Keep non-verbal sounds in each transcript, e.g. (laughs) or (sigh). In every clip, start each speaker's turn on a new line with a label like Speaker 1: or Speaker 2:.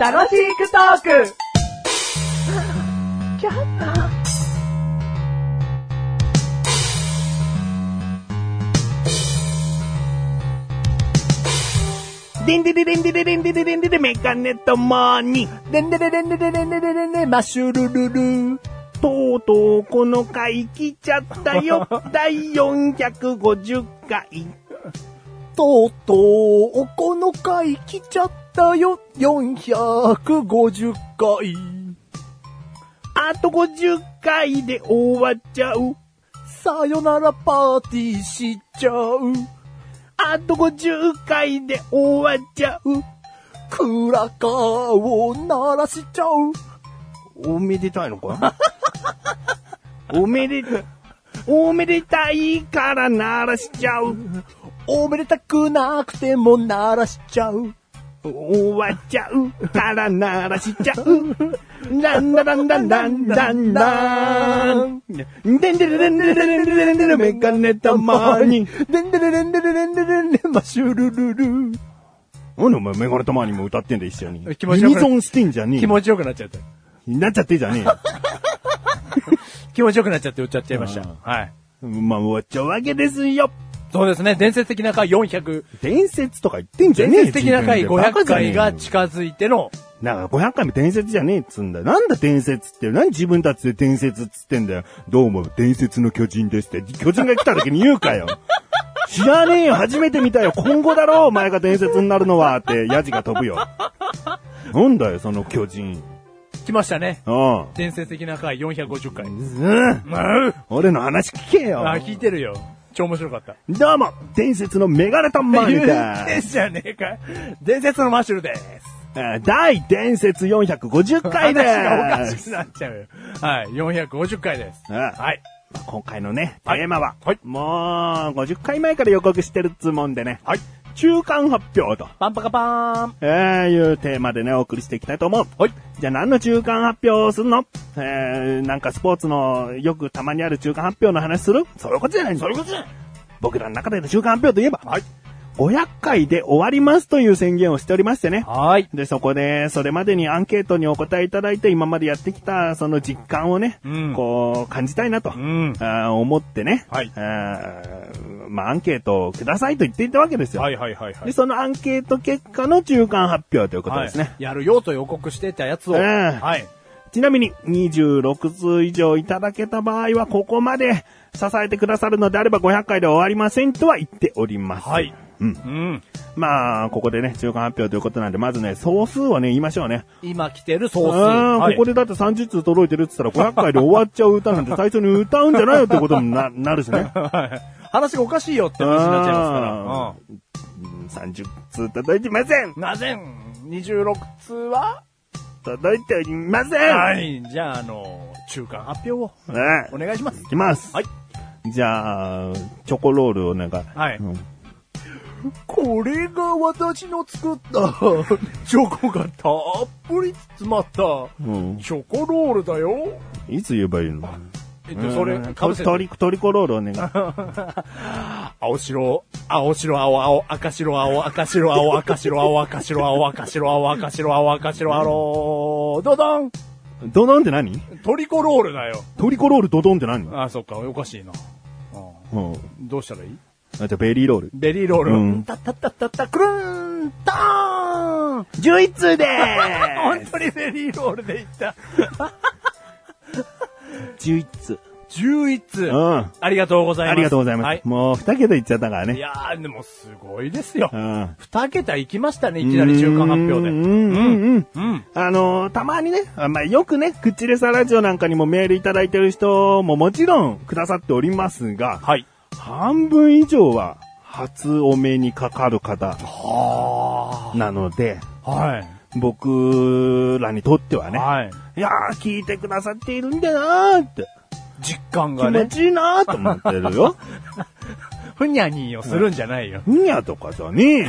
Speaker 1: 楽しくトーク
Speaker 2: ディンディディディンディディディンディディディンディディメガネとマーニー。
Speaker 1: でんでででんでででんでででんでマッシュルルル
Speaker 2: とうとうこの回来ちゃった
Speaker 1: (laughs)
Speaker 2: よ。第450回。
Speaker 1: とうとうこの回来ちゃったよ450回
Speaker 2: あと50回で終わっちゃう。
Speaker 1: さよならパーティーしちゃう
Speaker 2: あと50回で終わっちゃう。
Speaker 1: クラカーを鳴らしちゃう
Speaker 2: おめでたいのかおめで、おめでたいから鳴らしちゃう。
Speaker 1: おめでたくなくても鳴らしちゃう
Speaker 2: 終わっちゃうから鳴らしちゃう。ランダランダンダンダンダン。でんでるでんでるでんでるでんでるメガネたまに。
Speaker 1: でんでででんでででんででんでマッシュルルル
Speaker 2: なんでお前メガネたまにも歌ってんだ一緒に。
Speaker 1: 気持ち
Speaker 2: ユニ
Speaker 1: よくな
Speaker 2: ゾンしてんじゃねえ
Speaker 1: 気
Speaker 2: よ。
Speaker 1: 持ちよくなっちゃった
Speaker 2: なっちゃってんじゃねえよ。
Speaker 1: 気持ちよくなっちゃって歌っちゃいました
Speaker 2: うん
Speaker 1: はい
Speaker 2: まあ終わっちゃうわけですよ。
Speaker 1: そうですね伝説的な回400
Speaker 2: 伝説とか言ってんじゃ
Speaker 1: 伝
Speaker 2: ねえよ。
Speaker 1: 説的な回
Speaker 2: 自分でバカ
Speaker 1: 500
Speaker 2: じゃねえ
Speaker 1: 回
Speaker 2: よ
Speaker 1: が近づいての
Speaker 2: なんか500回も伝説じゃねえっつうんだよ。なんだ伝説って。何自分たちで伝説っつってんだよ。どうも伝説の巨人ですって。巨人が来た時に言う
Speaker 1: (laughs)
Speaker 2: かよ。知らねえよ。初めて見たよ。今後だろ。お前が伝説になるのは。って、ヤジが飛ぶよ。なんだよ、その巨人。
Speaker 1: 来ましたね
Speaker 2: うん。
Speaker 1: 伝説的な回450回
Speaker 2: うん。俺の話聞けよ。
Speaker 1: あ聞いてるよ超面白かった
Speaker 2: どうも、伝説のメガネとマ
Speaker 1: (laughs) 言
Speaker 2: ニ
Speaker 1: う
Speaker 2: だ。
Speaker 1: てんじゃねえか伝説のマッシュルです
Speaker 2: えー第伝説450回で
Speaker 1: 話がおか
Speaker 2: す。
Speaker 1: しくなっちゃうよ。はい、450回です。
Speaker 2: うん
Speaker 1: はい。
Speaker 2: まあ今回のね、テ
Speaker 1: はい
Speaker 2: ーマは、
Speaker 1: はい
Speaker 2: もう50回前から予告してるっつうもんでね、
Speaker 1: はい。
Speaker 2: 中間発表と、
Speaker 1: パンパカパーン。
Speaker 2: えー、いうテーマでね、お送りしていきたいと思う。
Speaker 1: はい。
Speaker 2: じゃあ何の中間発表をするのえー、なんかスポーツのよくたまにある中間発表の話するそういうことじゃないんだ
Speaker 1: そういうことじゃない。
Speaker 2: 僕らの中での中間発表といえば、
Speaker 1: はい。
Speaker 2: 500回で終わりますという宣言をしておりましてね。
Speaker 1: はい。
Speaker 2: で、そこで、それまでにアンケートにお答えいただいて、今までやってきた、その実感をね、
Speaker 1: うん
Speaker 2: こう、感じたいなと、
Speaker 1: ん
Speaker 2: あー思ってね、
Speaker 1: はい
Speaker 2: あーまあ、アンケートをくださいと言っていたわけですよ。
Speaker 1: はいはいはいは
Speaker 2: で、
Speaker 1: い。
Speaker 2: そのアンケート結果の中間発表ということですね。
Speaker 1: はいやるよと予告してたやつを。
Speaker 2: ええ
Speaker 1: はい。
Speaker 2: ちなみに、26通以上いただけた場合は、ここまで支えてくださるのであれば、500回で終わりませんとは言っております。
Speaker 1: はい。
Speaker 2: うん。
Speaker 1: うん。
Speaker 2: まあ、ここでね、中間発表ということなんで、まずね、総数をね、言いましょうね。
Speaker 1: 今来てる総数。
Speaker 2: あー
Speaker 1: はい
Speaker 2: ここでだって30通届いてるって言ったら500回で終わっちゃう歌なんて最初に歌うんじゃないよってことにななるし
Speaker 1: (laughs)
Speaker 2: ね。
Speaker 1: はい話がおかしいよって話になっちゃいますから。
Speaker 2: うん30通届いてません
Speaker 1: うん。なぜん、26通は
Speaker 2: 届いておりません
Speaker 1: はい。じゃあ、あの、中間発表を
Speaker 2: ね
Speaker 1: お願いします
Speaker 2: い。きます。
Speaker 1: はい。
Speaker 2: じゃあ、チョコロールお願い。
Speaker 1: はい
Speaker 2: うん
Speaker 1: これが私の作った、 (laughs) チョコがたっぷり包まった、
Speaker 2: うん
Speaker 1: チョコロールだよ。
Speaker 2: いつ言えばいいの
Speaker 1: えっと、それ、かぶせ
Speaker 2: ト
Speaker 1: て。
Speaker 2: リトリコロールお願い。
Speaker 1: 青白、青白、青、青、赤白、青、赤白、青、赤白、青、赤白、青、赤白、青、赤白、青、赤白、青、ドドン
Speaker 2: ドドンって何
Speaker 1: トリコロールだよ。
Speaker 2: トリコロールドドンって何
Speaker 1: あ、そっか、おかしいな。あ
Speaker 2: うん。
Speaker 1: どうしたらいい
Speaker 2: あじゃあベリーロール。
Speaker 1: ベリーロー
Speaker 2: う
Speaker 1: ル
Speaker 2: ん。
Speaker 1: たったったったった、くるーん、たーん
Speaker 2: 11通で (laughs)
Speaker 1: 本当にベリーロールでいった。
Speaker 2: す !11 通。
Speaker 1: 11通。
Speaker 2: うん。
Speaker 1: ありがとうございま
Speaker 2: あ
Speaker 1: す。
Speaker 2: りがとうございます。
Speaker 1: はい。
Speaker 2: もう二桁いっちゃったから
Speaker 1: い
Speaker 2: ね。
Speaker 1: やー、でもすごいですよ
Speaker 2: う。ん。
Speaker 1: 二桁いきましたね、いきなり中間発表で。
Speaker 2: うんうんうん。
Speaker 1: うん。
Speaker 2: あのーたまにね、あまあ、よくね、口レサラジオなんかにもメールいただいてる人ももちろんくださっておりますが、
Speaker 1: はい。
Speaker 2: 半分以上は初お目にかかる方
Speaker 1: は
Speaker 2: なので、
Speaker 1: あ。はい。
Speaker 2: 僕らにとってはね、
Speaker 1: はい。
Speaker 2: いやー、聞いてくださっているんだなーって、
Speaker 1: 実感
Speaker 2: 気
Speaker 1: が
Speaker 2: 持
Speaker 1: ね、
Speaker 2: ちいいなーと思ってる
Speaker 1: (laughs)
Speaker 2: よ。
Speaker 1: ふにゃにーをするんじゃないよ。
Speaker 2: ふにゃとかじゃねえよ。
Speaker 1: (laughs)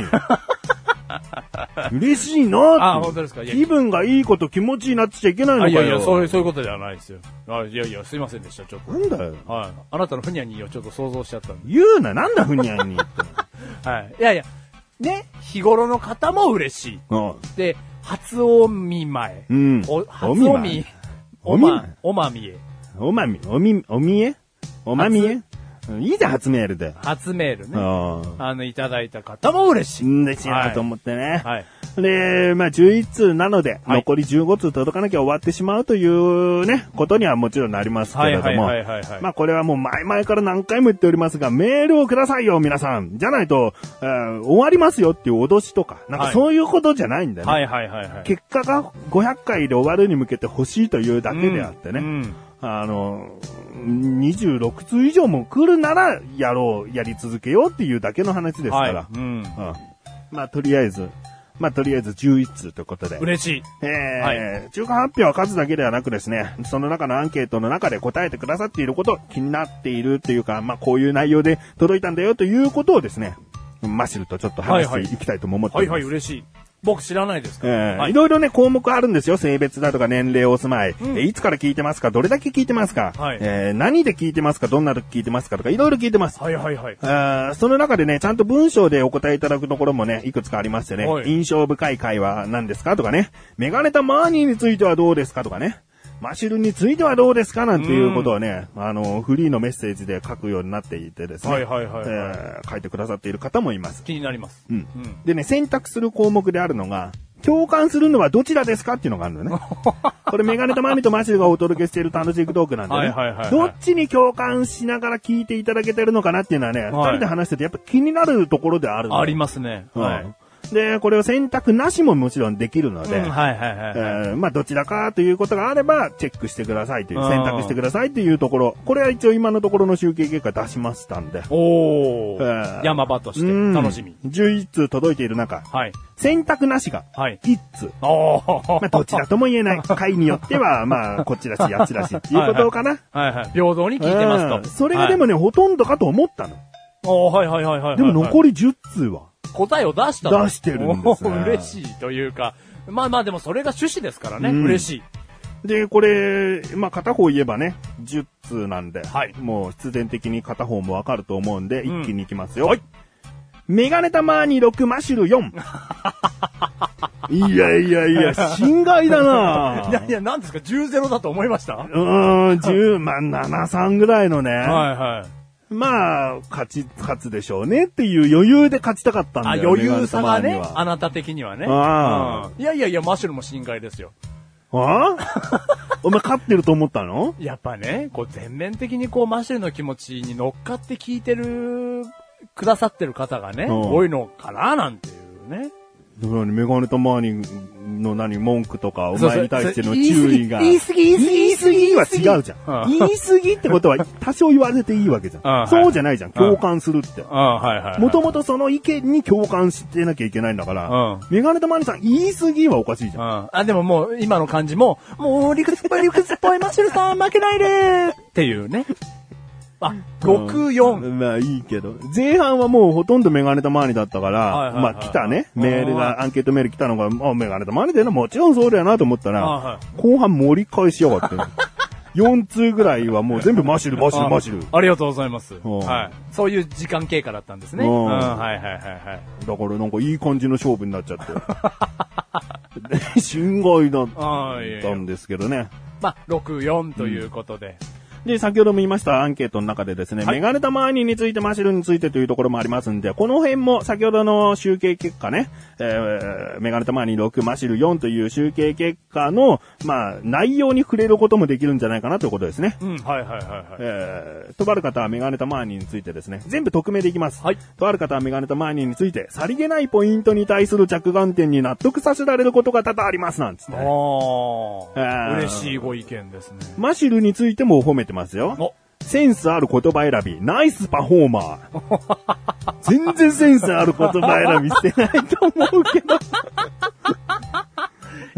Speaker 2: 嬉しいなーって。
Speaker 1: あ本当ですかいや
Speaker 2: 気分がいいこと気持ちいいなっちゃいけないの
Speaker 1: あ
Speaker 2: かよ。
Speaker 1: いやいや、そういう、そういうことではないですよ。あいやいや、すいませんでした、ちょっと。
Speaker 2: なんだよ。
Speaker 1: はい。あなたのふにゃにーをちょっと想像しちゃったん
Speaker 2: 言うな、なんだふにゃんにって。
Speaker 1: で。はい。いやいや、ね、日頃の方も嬉しい。
Speaker 2: うん。
Speaker 1: で、初お見舞い。
Speaker 2: うん
Speaker 1: お初
Speaker 2: お
Speaker 1: お
Speaker 2: 見
Speaker 1: 見
Speaker 2: 舞い
Speaker 1: お
Speaker 2: お見舞い
Speaker 1: ま、おまみえ。
Speaker 2: おまみ、おみ、おみえおまみえうんいいじゃん、初メールで。
Speaker 1: 初メール
Speaker 2: う
Speaker 1: ね。
Speaker 2: ん。
Speaker 1: あの、いただいた方も嬉しい。
Speaker 2: うんですよ
Speaker 1: は、い
Speaker 2: と思ってね。
Speaker 1: はい。
Speaker 2: で、まあ11通なので、
Speaker 1: はい
Speaker 2: 残り15通届かなきゃ終わってしまうというね、ことにはもちろんなりますけ
Speaker 1: はい
Speaker 2: れど
Speaker 1: はい
Speaker 2: も。
Speaker 1: はいはいはい。
Speaker 2: まあこれはもう前々から何回も言っておりますが、メールをくださいよ、皆さん。じゃないと、えー終わりますよっていう脅しとか、なんか
Speaker 1: はい
Speaker 2: そういうことじゃないんだよね。
Speaker 1: はいはいはいはい。
Speaker 2: 結果が500回で終わるに向けて欲しいというだけであってね。
Speaker 1: うんうん
Speaker 2: あの、26通以上も来るなら、やろう、やり続けようっていうだけの話ですから。
Speaker 1: はい。うん。
Speaker 2: うん。まあ、とりあえず、まあ、とりあえず11通ということで。
Speaker 1: 嬉しい。
Speaker 2: えー
Speaker 1: は
Speaker 2: 中間発表は数だけではなくですね、その中のアンケートの中で答えてくださっていること、気になっているというか、まあ、こういう内容で届いたんだよということをですね、マシルとちょっと話していきたいとも思ってお
Speaker 1: はい
Speaker 2: ります。
Speaker 1: はい、嬉しい。僕知らないですか
Speaker 2: え
Speaker 1: ら。
Speaker 2: ー、
Speaker 1: はいい。
Speaker 2: ろいろね、項目あるんですよ。性別だとか、年齢、お住まい、
Speaker 1: うん
Speaker 2: えいつから聞いてますかどれだけ聞いてますか、
Speaker 1: はい
Speaker 2: えー何で聞いてますかどんな時聞いてますかとか、いろいろ聞いてます。
Speaker 1: はいはいはい。
Speaker 2: あーその中でね、ちゃんと文章でお答えいただくところもね、いくつかありましてね、
Speaker 1: はい
Speaker 2: 印象深い会話なんですかとかね、メガネタマーニーについてはどうですかとかね、マシルについてはどうですかなんていうことをね、あの、フリーのメッセージで書くようになっていてですね、
Speaker 1: はいはいはいはい
Speaker 2: えー書いてくださっている方もいます。
Speaker 1: 気になります。
Speaker 2: うん
Speaker 1: うん。
Speaker 2: でね、選択する項目であるのが、共感するのはどちらですかっていうのがあるの
Speaker 1: (laughs)
Speaker 2: ね。これメガネとマミとマシュがお届けしている楽しいトークなんでね。
Speaker 1: はいはいはいはい
Speaker 2: どっちに共感しながら聞いていただけてるのかなっていうのはね、二、
Speaker 1: はい
Speaker 2: 人で話しててやっぱ気になるところであるの
Speaker 1: ありますね。
Speaker 2: うん
Speaker 1: はい。
Speaker 2: で、これを選択なしももちろんできるので、
Speaker 1: うんはいはいはい
Speaker 2: え
Speaker 1: はい。
Speaker 2: ーまあ、どちらかということがあれば、チェックしてくださいという、選択してくださいというところ、これは一応今のところの集計結果出しましたんで、
Speaker 1: お
Speaker 2: えー
Speaker 1: ー。山場として楽しみ。
Speaker 2: うん11通届いている中、
Speaker 1: はい。
Speaker 2: 選択なしが
Speaker 1: はい。
Speaker 2: 一通。
Speaker 1: おー。
Speaker 2: まあ、どちらとも言え
Speaker 1: (laughs)
Speaker 2: ない。回によっては、まあ、こっちだし、あっちだし、っていうことかな。
Speaker 1: はいはい。平等に聞いてます
Speaker 2: うん
Speaker 1: と。
Speaker 2: それがでもね、ほとんどかと思ったの。
Speaker 1: おはいはいはいはいはい。
Speaker 2: でも
Speaker 1: り、
Speaker 2: 残り10通は。
Speaker 1: 答えを出したの
Speaker 2: 出してるんですね
Speaker 1: おー嬉しいというか。まあまあでもそれが趣旨ですからね。
Speaker 2: うん
Speaker 1: 嬉しい。
Speaker 2: で、これ、まあ、片方言えばね、10通なんで、
Speaker 1: はい
Speaker 2: もう必然的に片方もわかると思うんで、
Speaker 1: うん
Speaker 2: 一気にいきますよ。メガネたまーに6、マシュル4。いやいやいや、心外だなぁ
Speaker 1: いやいや、なんですか ?10-0 だと思いましたはいう
Speaker 2: ーん、10、まあ、7、3ぐらいのね。
Speaker 1: はい。
Speaker 2: まあ、勝ち、勝つでしょうねっていう余裕で勝ちたかったん
Speaker 1: あ、
Speaker 2: だよ
Speaker 1: 余裕さが
Speaker 2: メ
Speaker 1: ね
Speaker 2: ガネ、たま
Speaker 1: あなた的にはね。
Speaker 2: あ
Speaker 1: うんいやいやいや、マシュルも心外ですよ。
Speaker 2: にはあ (laughs) あお前勝ってると思ったの
Speaker 1: やっぱね、こう全面的にこうマシュルの気持ちに乗っかって聞いてる、くださってる方がね、
Speaker 2: うん
Speaker 1: 多いのかななんていうね。
Speaker 2: だからメガネたまにの何、文句とか、お
Speaker 1: そうそう
Speaker 2: 前に対しての注意が。
Speaker 1: 言い過ぎ、言い過ぎ、
Speaker 2: 言い過ぎは違うじゃん。
Speaker 1: うん
Speaker 2: 言い過ぎってことは、多少言われていいわけじゃ
Speaker 1: は
Speaker 2: ん。
Speaker 1: い
Speaker 2: そうじゃないじゃん。共感するって。
Speaker 1: うん、はいはいはい。
Speaker 2: もともとその意見に共感してなきゃいけないんだから
Speaker 1: うん、
Speaker 2: メガネたまにさん、言い過ぎはおかしいじ
Speaker 1: う
Speaker 2: ゃん。
Speaker 1: ん。あ、でももう、今の感じも、もう、理屈っぽい、理屈っぽい、マシュルさん、負けないでーっていうね。あ、6、4。
Speaker 2: まあいいけど。前半はもうほとんどメガネたまわりだったから、
Speaker 1: はいはいはい
Speaker 2: まあ来たね、メール
Speaker 1: う
Speaker 2: が、アンケートメール来たのが、あ、メガネたまわりだよな、もちろんそうだよなと思った
Speaker 1: はいは
Speaker 2: ら、後半盛り返しや (laughs) がって。4通ぐらいはもう全部マシュル、マシュル、マシュル。
Speaker 1: あありがとうございます。
Speaker 2: ん
Speaker 1: はい。そういう時間経過だったんですね。
Speaker 2: う
Speaker 1: うんん、はいはいはいは
Speaker 2: だ
Speaker 1: い。
Speaker 2: からなんかいい感じの勝負になっちゃ
Speaker 1: (laughs)
Speaker 2: って。心外だっ
Speaker 1: ああ、いえい
Speaker 2: た
Speaker 1: え
Speaker 2: んですけどね。
Speaker 1: まあ、6、4ということで。
Speaker 2: で、先ほども言いましたアンケートの中でですね、
Speaker 1: はい
Speaker 2: メガネタマーニについてマシルについてというところもありますんで、この辺も先ほどの集計結果ね、えー、メガネタマーニ6、マシル4という集計結果の、まあ、内容に触れることもできるんじゃないかなということですね。
Speaker 1: うん、はいはいはいはい。
Speaker 2: えー、とある方はメガネタマーニについてですね、全部匿名でいきます。
Speaker 1: はい
Speaker 2: とある方はメガネタマーニについて、さりげないポイントに対する着眼点に納得させられることが多々あります、なんつって。
Speaker 1: お
Speaker 2: えー
Speaker 1: ー。嬉しいご意見ですね。
Speaker 2: マシルについても褒めてますよ。
Speaker 1: お、
Speaker 2: センスある言葉選び、ナイスパフォーマー。全然センスある言葉選びしてないと思うけ
Speaker 1: (laughs)
Speaker 2: ど。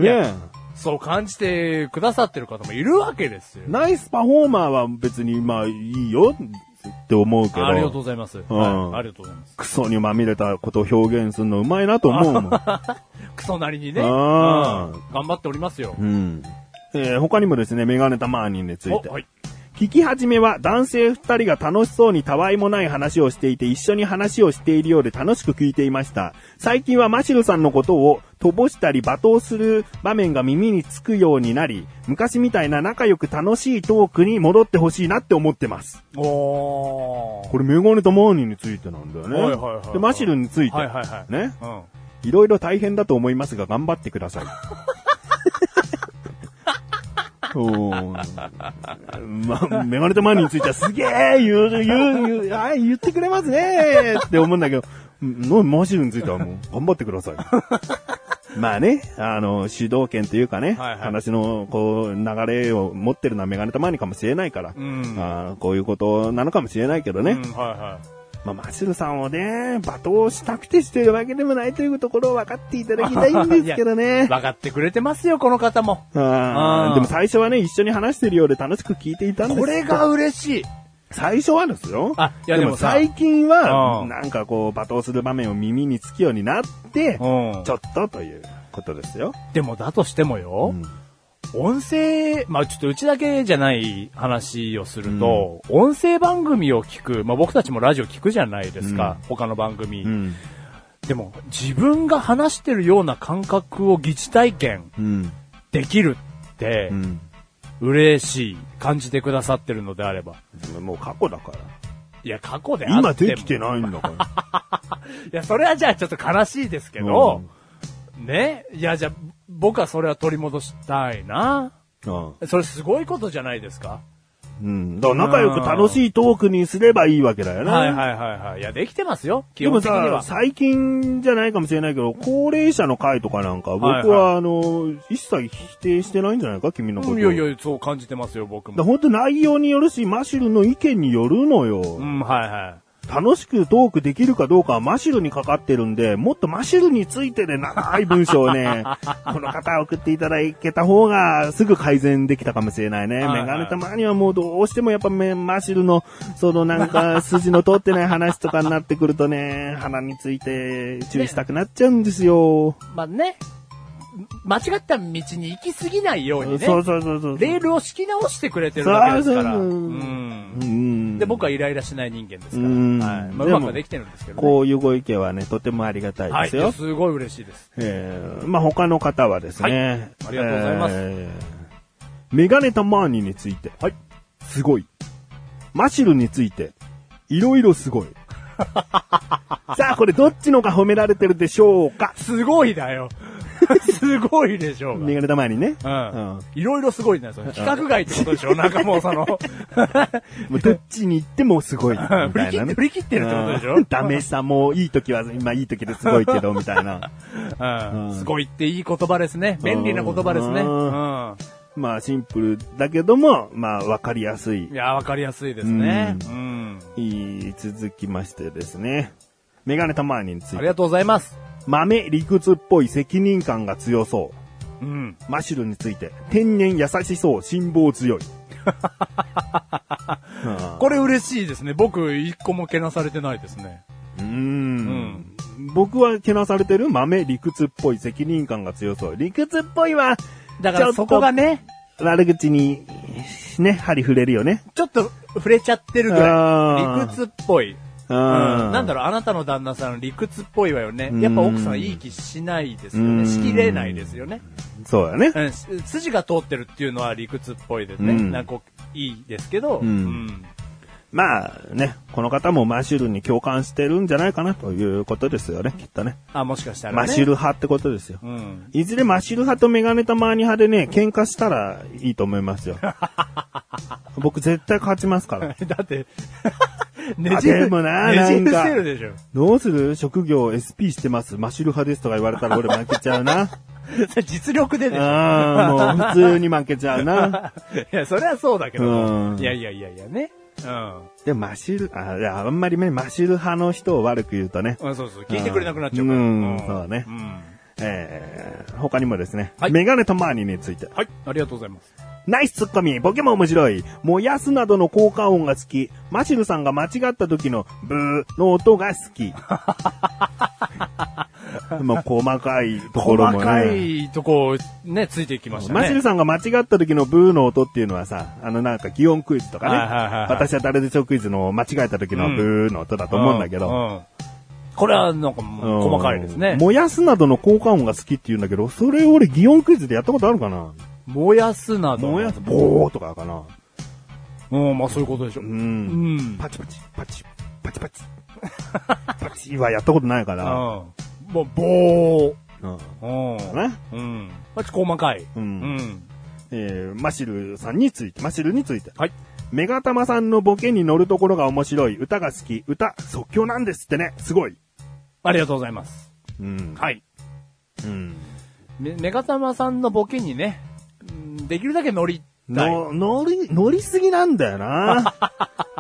Speaker 1: いや
Speaker 2: ね
Speaker 1: そう感じてくださってる方もいるわけですよ
Speaker 2: え、。ナイスパフォーマーは別にまあいいよって思うけ
Speaker 1: ありがとう
Speaker 2: ど、
Speaker 1: ございます。
Speaker 2: ん
Speaker 1: はい、ありがとうございます。
Speaker 2: クソにまみれたことを表現するのうまいなと思う
Speaker 1: (laughs)
Speaker 2: もん。
Speaker 1: クソなりにね。
Speaker 2: あ
Speaker 1: う
Speaker 2: ー
Speaker 1: ん頑張っておりますよ
Speaker 2: う。んえー他にもですね、メガネタマーニンについて、
Speaker 1: おはい。
Speaker 2: 聞き始めは男性二人が楽しそうにたわいもない話をしていて一緒に話をしているようで楽しく聞いていました。最近はマシルさんのことをとぼしたり罵倒する場面が耳につくようになり、昔みたいな仲良く楽しいトークに戻ってほしいなって思ってます。
Speaker 1: おー。
Speaker 2: これメガネとマーニーについてなんだよね。
Speaker 1: はいはいはい
Speaker 2: で、マシルについて。
Speaker 1: はいはいはい。
Speaker 2: ね。
Speaker 1: うん。
Speaker 2: いろいろ大変だと思いますが、頑張ってください。おーまあ、メガネとマーニーについてはすげえ言う、言う、言う、あー言ってくれますねーって思うんだけど、のマシルについてはもう、頑張ってください。まあね、あの、主導権というかね、
Speaker 1: はいはい
Speaker 2: 話の、こう、流れを持ってるのはメガネとマーニーかもしれないから、
Speaker 1: うん
Speaker 2: あーこういうことなのかもしれないけどね、
Speaker 1: うん、はいはい。
Speaker 2: まあ、マシルさんをね、罵倒したくてしてるわけでもないというところを分かっていただきたいんですけど
Speaker 1: (laughs)
Speaker 2: ね。
Speaker 1: 分かってくれてますよ、この方も。
Speaker 2: あ
Speaker 1: あ
Speaker 2: ー
Speaker 1: ー
Speaker 2: でも最初はね、一緒に話してるようで楽しく聞いていたんです
Speaker 1: これが嬉しい。
Speaker 2: 最初はですよ。
Speaker 1: あいやでもさ
Speaker 2: 最近は、
Speaker 1: うん
Speaker 2: なんかこう、罵倒する場面を耳につくようになって、
Speaker 1: うん
Speaker 2: ちょっとということですよ。
Speaker 1: でも、だとしてもよ、
Speaker 2: うん
Speaker 1: 音声、まあちょっとうちだけじゃない話をすると、音声番組を聞く、まあ僕たちもラジオ聞くじゃないですか、他の番組、
Speaker 2: うん。
Speaker 1: でも、自分が話してるような感覚を疑似体験
Speaker 2: うん。
Speaker 1: できるって
Speaker 2: う、ん。
Speaker 1: 嬉しい、感じてくださってるのであれば。
Speaker 2: もう過去だから。
Speaker 1: いや、過去であっても
Speaker 2: 今できてないんだから。
Speaker 1: いや、それはじゃあちょっと悲しいですけど、ね。いや、じゃあ、僕はそれは取り戻したいな。
Speaker 2: うん
Speaker 1: それすごいことじゃないですか。
Speaker 2: うん。だから仲良く楽しいトークにすればいいわけだよね。
Speaker 1: はいはいはいはい。いや、できてますよ。基
Speaker 2: でも
Speaker 1: 本的に
Speaker 2: さ
Speaker 1: は、。
Speaker 2: 最近じゃないかもしれないけど、高齢者の会とかなんか、僕は、
Speaker 1: はいは
Speaker 2: あの、一切否定してないんじゃないか君のこと。
Speaker 1: うんいやいや、そう感じてますよ、僕も。
Speaker 2: 本当内容によるし、マシュルの意見によるのよ、
Speaker 1: うん、はいは
Speaker 2: 楽しくトークできるかどうかはマシュルにかかってるんで、もっとマシュルについてで長い文章を
Speaker 1: (laughs)
Speaker 2: ね、この方送っていただけた方がすぐ改善できたかもしれないね。
Speaker 1: はいはい
Speaker 2: メガネたまにはもうどうしてもやっぱめマシュルの、そのなんか筋の通ってない話とかになってくるとね、鼻について注意したくなっちゃうんですよ。
Speaker 1: い。まあね、間違った道に行き過ぎないようにね、
Speaker 2: そうそうそうそう。
Speaker 1: レールを敷き直してくれてるわけですから。
Speaker 2: そうそうそう
Speaker 1: うん
Speaker 2: うん
Speaker 1: で、僕はイライラしない人間ですから。
Speaker 2: うん
Speaker 1: はい。まあ、
Speaker 2: で
Speaker 1: う
Speaker 2: も
Speaker 1: まくはできてるんですけどね。
Speaker 2: こういうご意見はね、とてもありがたい
Speaker 1: は
Speaker 2: で
Speaker 1: い。
Speaker 2: す
Speaker 1: い
Speaker 2: よ。
Speaker 1: やすごい嬉しいです。
Speaker 2: えーまあ、他の方はですね、
Speaker 1: はいありがとうございます
Speaker 2: えーメガネたマーニについて、
Speaker 1: はい。
Speaker 2: すごい。マシルについて、いろいろすごい。
Speaker 1: (laughs)
Speaker 2: さあ、これどっちのが褒められてるでしょう
Speaker 1: (laughs)
Speaker 2: か
Speaker 1: すごいだ
Speaker 2: (laughs)
Speaker 1: よ。すごいでしょうが
Speaker 2: メガネたマーニね。
Speaker 1: うん
Speaker 2: うん
Speaker 1: いろいろすごいね。その企画外ってことでしょなんかもう
Speaker 2: (laughs)
Speaker 1: その、
Speaker 2: もうどっちに行ってもすごい。みたい
Speaker 1: (laughs) 振り切
Speaker 2: な
Speaker 1: っ
Speaker 2: ね
Speaker 1: て、振り切ってるってことでしょ (laughs)
Speaker 2: うんダメさ、もういい時は、今いい時ですごいけど、みたい
Speaker 1: (laughs)
Speaker 2: な。
Speaker 1: うん
Speaker 2: うん
Speaker 1: すごいっていい言葉ですね。便利な言葉ですね。
Speaker 2: うん
Speaker 1: う
Speaker 2: まあ、シンプルだけども、まあ、わかりやすい
Speaker 1: ん。いや、わかりやすいですね。
Speaker 2: う
Speaker 1: うん。
Speaker 2: いい続きましてですね。メガネたまーにについ
Speaker 1: あ
Speaker 2: て
Speaker 1: り。がとうございます。
Speaker 2: 豆理屈っぽい責任感が強そう。
Speaker 1: うん。
Speaker 2: マシュルについて。天然優しそう、辛抱強い。うん
Speaker 1: これ嬉しいですね。僕、一個もけなされてないですね。
Speaker 2: うーん。僕はけなされてる豆理屈っぽい責任感が強そう。理屈っぽいは、
Speaker 1: だからそこがね、
Speaker 2: 悪口に、ね、針触れるよね。
Speaker 1: ちょっと触れちゃってるぐ
Speaker 2: あー
Speaker 1: らい。理屈っぽい。
Speaker 2: う
Speaker 1: うんなんだ
Speaker 2: ろ
Speaker 1: ろう、あなたの旦那さん理屈っぽいわよね
Speaker 2: うん。
Speaker 1: やっぱ奥さんいい気しないですよ
Speaker 2: うん
Speaker 1: ね。しきれないですよね。
Speaker 2: そうだね。
Speaker 1: うん、す筋が通ってるっていうのは理屈っぽいです
Speaker 2: う
Speaker 1: ね。
Speaker 2: ん
Speaker 1: なんかこういいですけど、
Speaker 2: ん
Speaker 1: うん
Speaker 2: まあね、この方もマシュルに共感してるんじゃないかなということですよね、きっとね。
Speaker 1: あ、もしかしたらね。
Speaker 2: マシュル派ってことですよ。
Speaker 1: うん。 (laughs)
Speaker 2: いずれマシル派とメガネタマーニ派でね、喧嘩したらいいと思いますよ。
Speaker 1: (laughs)
Speaker 2: 僕絶対勝ちますから。
Speaker 1: だって、ねじ
Speaker 2: あで
Speaker 1: 伏
Speaker 2: もな
Speaker 1: (laughs) ねじ伏
Speaker 2: なんか
Speaker 1: せるでしょ。
Speaker 2: どうする職業 SP してます。マシル派ですとか言われたら俺負けちゃう
Speaker 1: (laughs)
Speaker 2: な。
Speaker 1: 実力ででしょ。
Speaker 2: あーもう普通に負けちゃうな。
Speaker 1: (laughs) いや、それはそうだけ
Speaker 2: う
Speaker 1: ど
Speaker 2: ん。
Speaker 1: いやいやいやいやね。うん。
Speaker 2: でもマシル、あいやあんまりね、マシル派の人を悪く言うとね。
Speaker 1: うんそうそう。聞いてくれなくなっちゃう
Speaker 2: う
Speaker 1: から。
Speaker 2: んそうだね
Speaker 1: ん
Speaker 2: えー、他にもですね、
Speaker 1: はい
Speaker 2: メガネタマーニについて。
Speaker 1: はい。ありがとうございます。
Speaker 2: ナイスツッコミ、ボケも面白い、燃やすなどの効果音が好き、マシル (laughs) さんが間違った時のブーの音が好き。まあ、細かいところ
Speaker 1: 細
Speaker 2: もね。
Speaker 1: かいとこ、ね、ついていきましたね。
Speaker 2: マシルさんが間違った時のブーの音っていうのはさ、あのなんか擬音クイズとかね、
Speaker 1: はいはいはいはい
Speaker 2: 私は誰でしょうクイズの間違えた時のブーの音だと思うんだけど、
Speaker 1: ううんこれはなんかもう細かいですね
Speaker 2: うん。燃やすなどの効果音が好きって言うんだけど、それ俺擬音クイズでやったことあるかな
Speaker 1: 燃やすなど。
Speaker 2: 燃やす、ボーとかかな
Speaker 1: うん、まあそういうことでしょ。
Speaker 2: う
Speaker 1: うん。
Speaker 2: ん。
Speaker 1: うん。
Speaker 2: パチパチ、パチ、パチパチ。パチはやったことないから。
Speaker 1: もう、棒。
Speaker 2: うん。
Speaker 1: うん。
Speaker 2: ね。
Speaker 1: うん。まち細かい。
Speaker 2: う。
Speaker 1: うんん。
Speaker 2: えーマシルさんについて、マシルについて。
Speaker 1: はい。
Speaker 2: メガタマさんのボケに乗るところが面白い。歌が好き。歌、即興なんですってね。すごい。
Speaker 1: ありがとうございます。
Speaker 2: うん。
Speaker 1: はい。
Speaker 2: うん。
Speaker 1: メメガタマさんのボケにね、うんできるだけ乗りたい。
Speaker 2: の、乗り、乗りすぎなんだよ (laughs) な。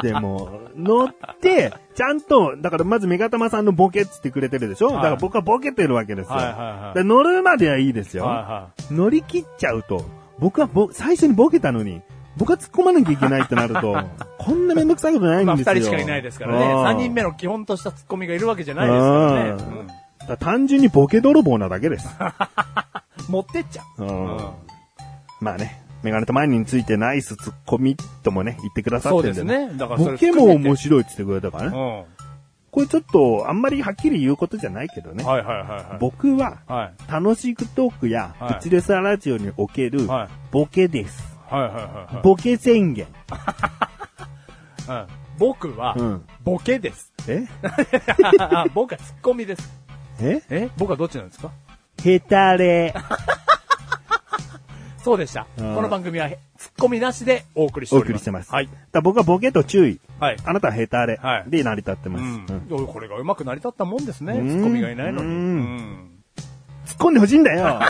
Speaker 2: でも、乗って、ちゃんと、だからまずメガタマさんのボケっつってくれてるでしょ、
Speaker 1: はい
Speaker 2: だから僕はボケてるわけですよ。
Speaker 1: はいはいはい
Speaker 2: で乗るまではいいですよ。
Speaker 1: は
Speaker 2: 乗り切っちゃうと、僕はぼ、最初にボケたのに、僕は突っ込まなきゃいけないってなる
Speaker 1: (laughs)
Speaker 2: と、こんなめんどくさいことない
Speaker 1: いはい。
Speaker 2: ん
Speaker 1: まあ
Speaker 2: です
Speaker 1: 二
Speaker 2: よ。
Speaker 1: 人しかいないですからね。
Speaker 2: うん
Speaker 1: 三人目の基本としたツッコミがいるわけじゃないですからね
Speaker 2: うんだから単純にボケ泥棒なだけです。
Speaker 1: うん。持ってっちゃう。
Speaker 2: うん
Speaker 1: うん
Speaker 2: まあね、メガネとマニについてナイスツッコミともね、言ってくださってるんで、
Speaker 1: そうですねだからそれ
Speaker 2: ボケも面白いって言ってくれたから
Speaker 1: う
Speaker 2: ね。
Speaker 1: ん。は
Speaker 2: これちょっと、あんまりはっきり言うことじゃないけど
Speaker 1: い
Speaker 2: ね。
Speaker 1: はいはいはい。
Speaker 2: 僕は、
Speaker 1: はい。
Speaker 2: 楽しくトークや、
Speaker 1: はい
Speaker 2: プチレスラジオにおける
Speaker 1: はい、
Speaker 2: ボケです。
Speaker 1: はいはいはいはい。
Speaker 2: ボケ宣言。
Speaker 1: うん僕は
Speaker 2: うん、
Speaker 1: ボケ
Speaker 2: (laughs)
Speaker 1: です。
Speaker 2: え
Speaker 1: あ僕はツッコミです。
Speaker 2: え
Speaker 1: え僕はどっちなんですか
Speaker 2: ヘタレ。
Speaker 1: そうでした。こ
Speaker 2: うん
Speaker 1: の番組はへツッコミなしでお送りして
Speaker 2: お
Speaker 1: おり
Speaker 2: 送
Speaker 1: ま
Speaker 2: りし
Speaker 1: す。
Speaker 2: てます。
Speaker 1: はい
Speaker 2: だ。から僕はボケと注意。
Speaker 1: はい。
Speaker 2: あなたはヘタレ。
Speaker 1: はい
Speaker 2: で、成り立ってます。
Speaker 1: うん
Speaker 2: うん
Speaker 1: いやこれがうまく成り立ったもんですね。ツ
Speaker 2: うん
Speaker 1: ッコミがいないのに。
Speaker 2: う
Speaker 1: うんん
Speaker 2: 突っ込んでほしいんだよ。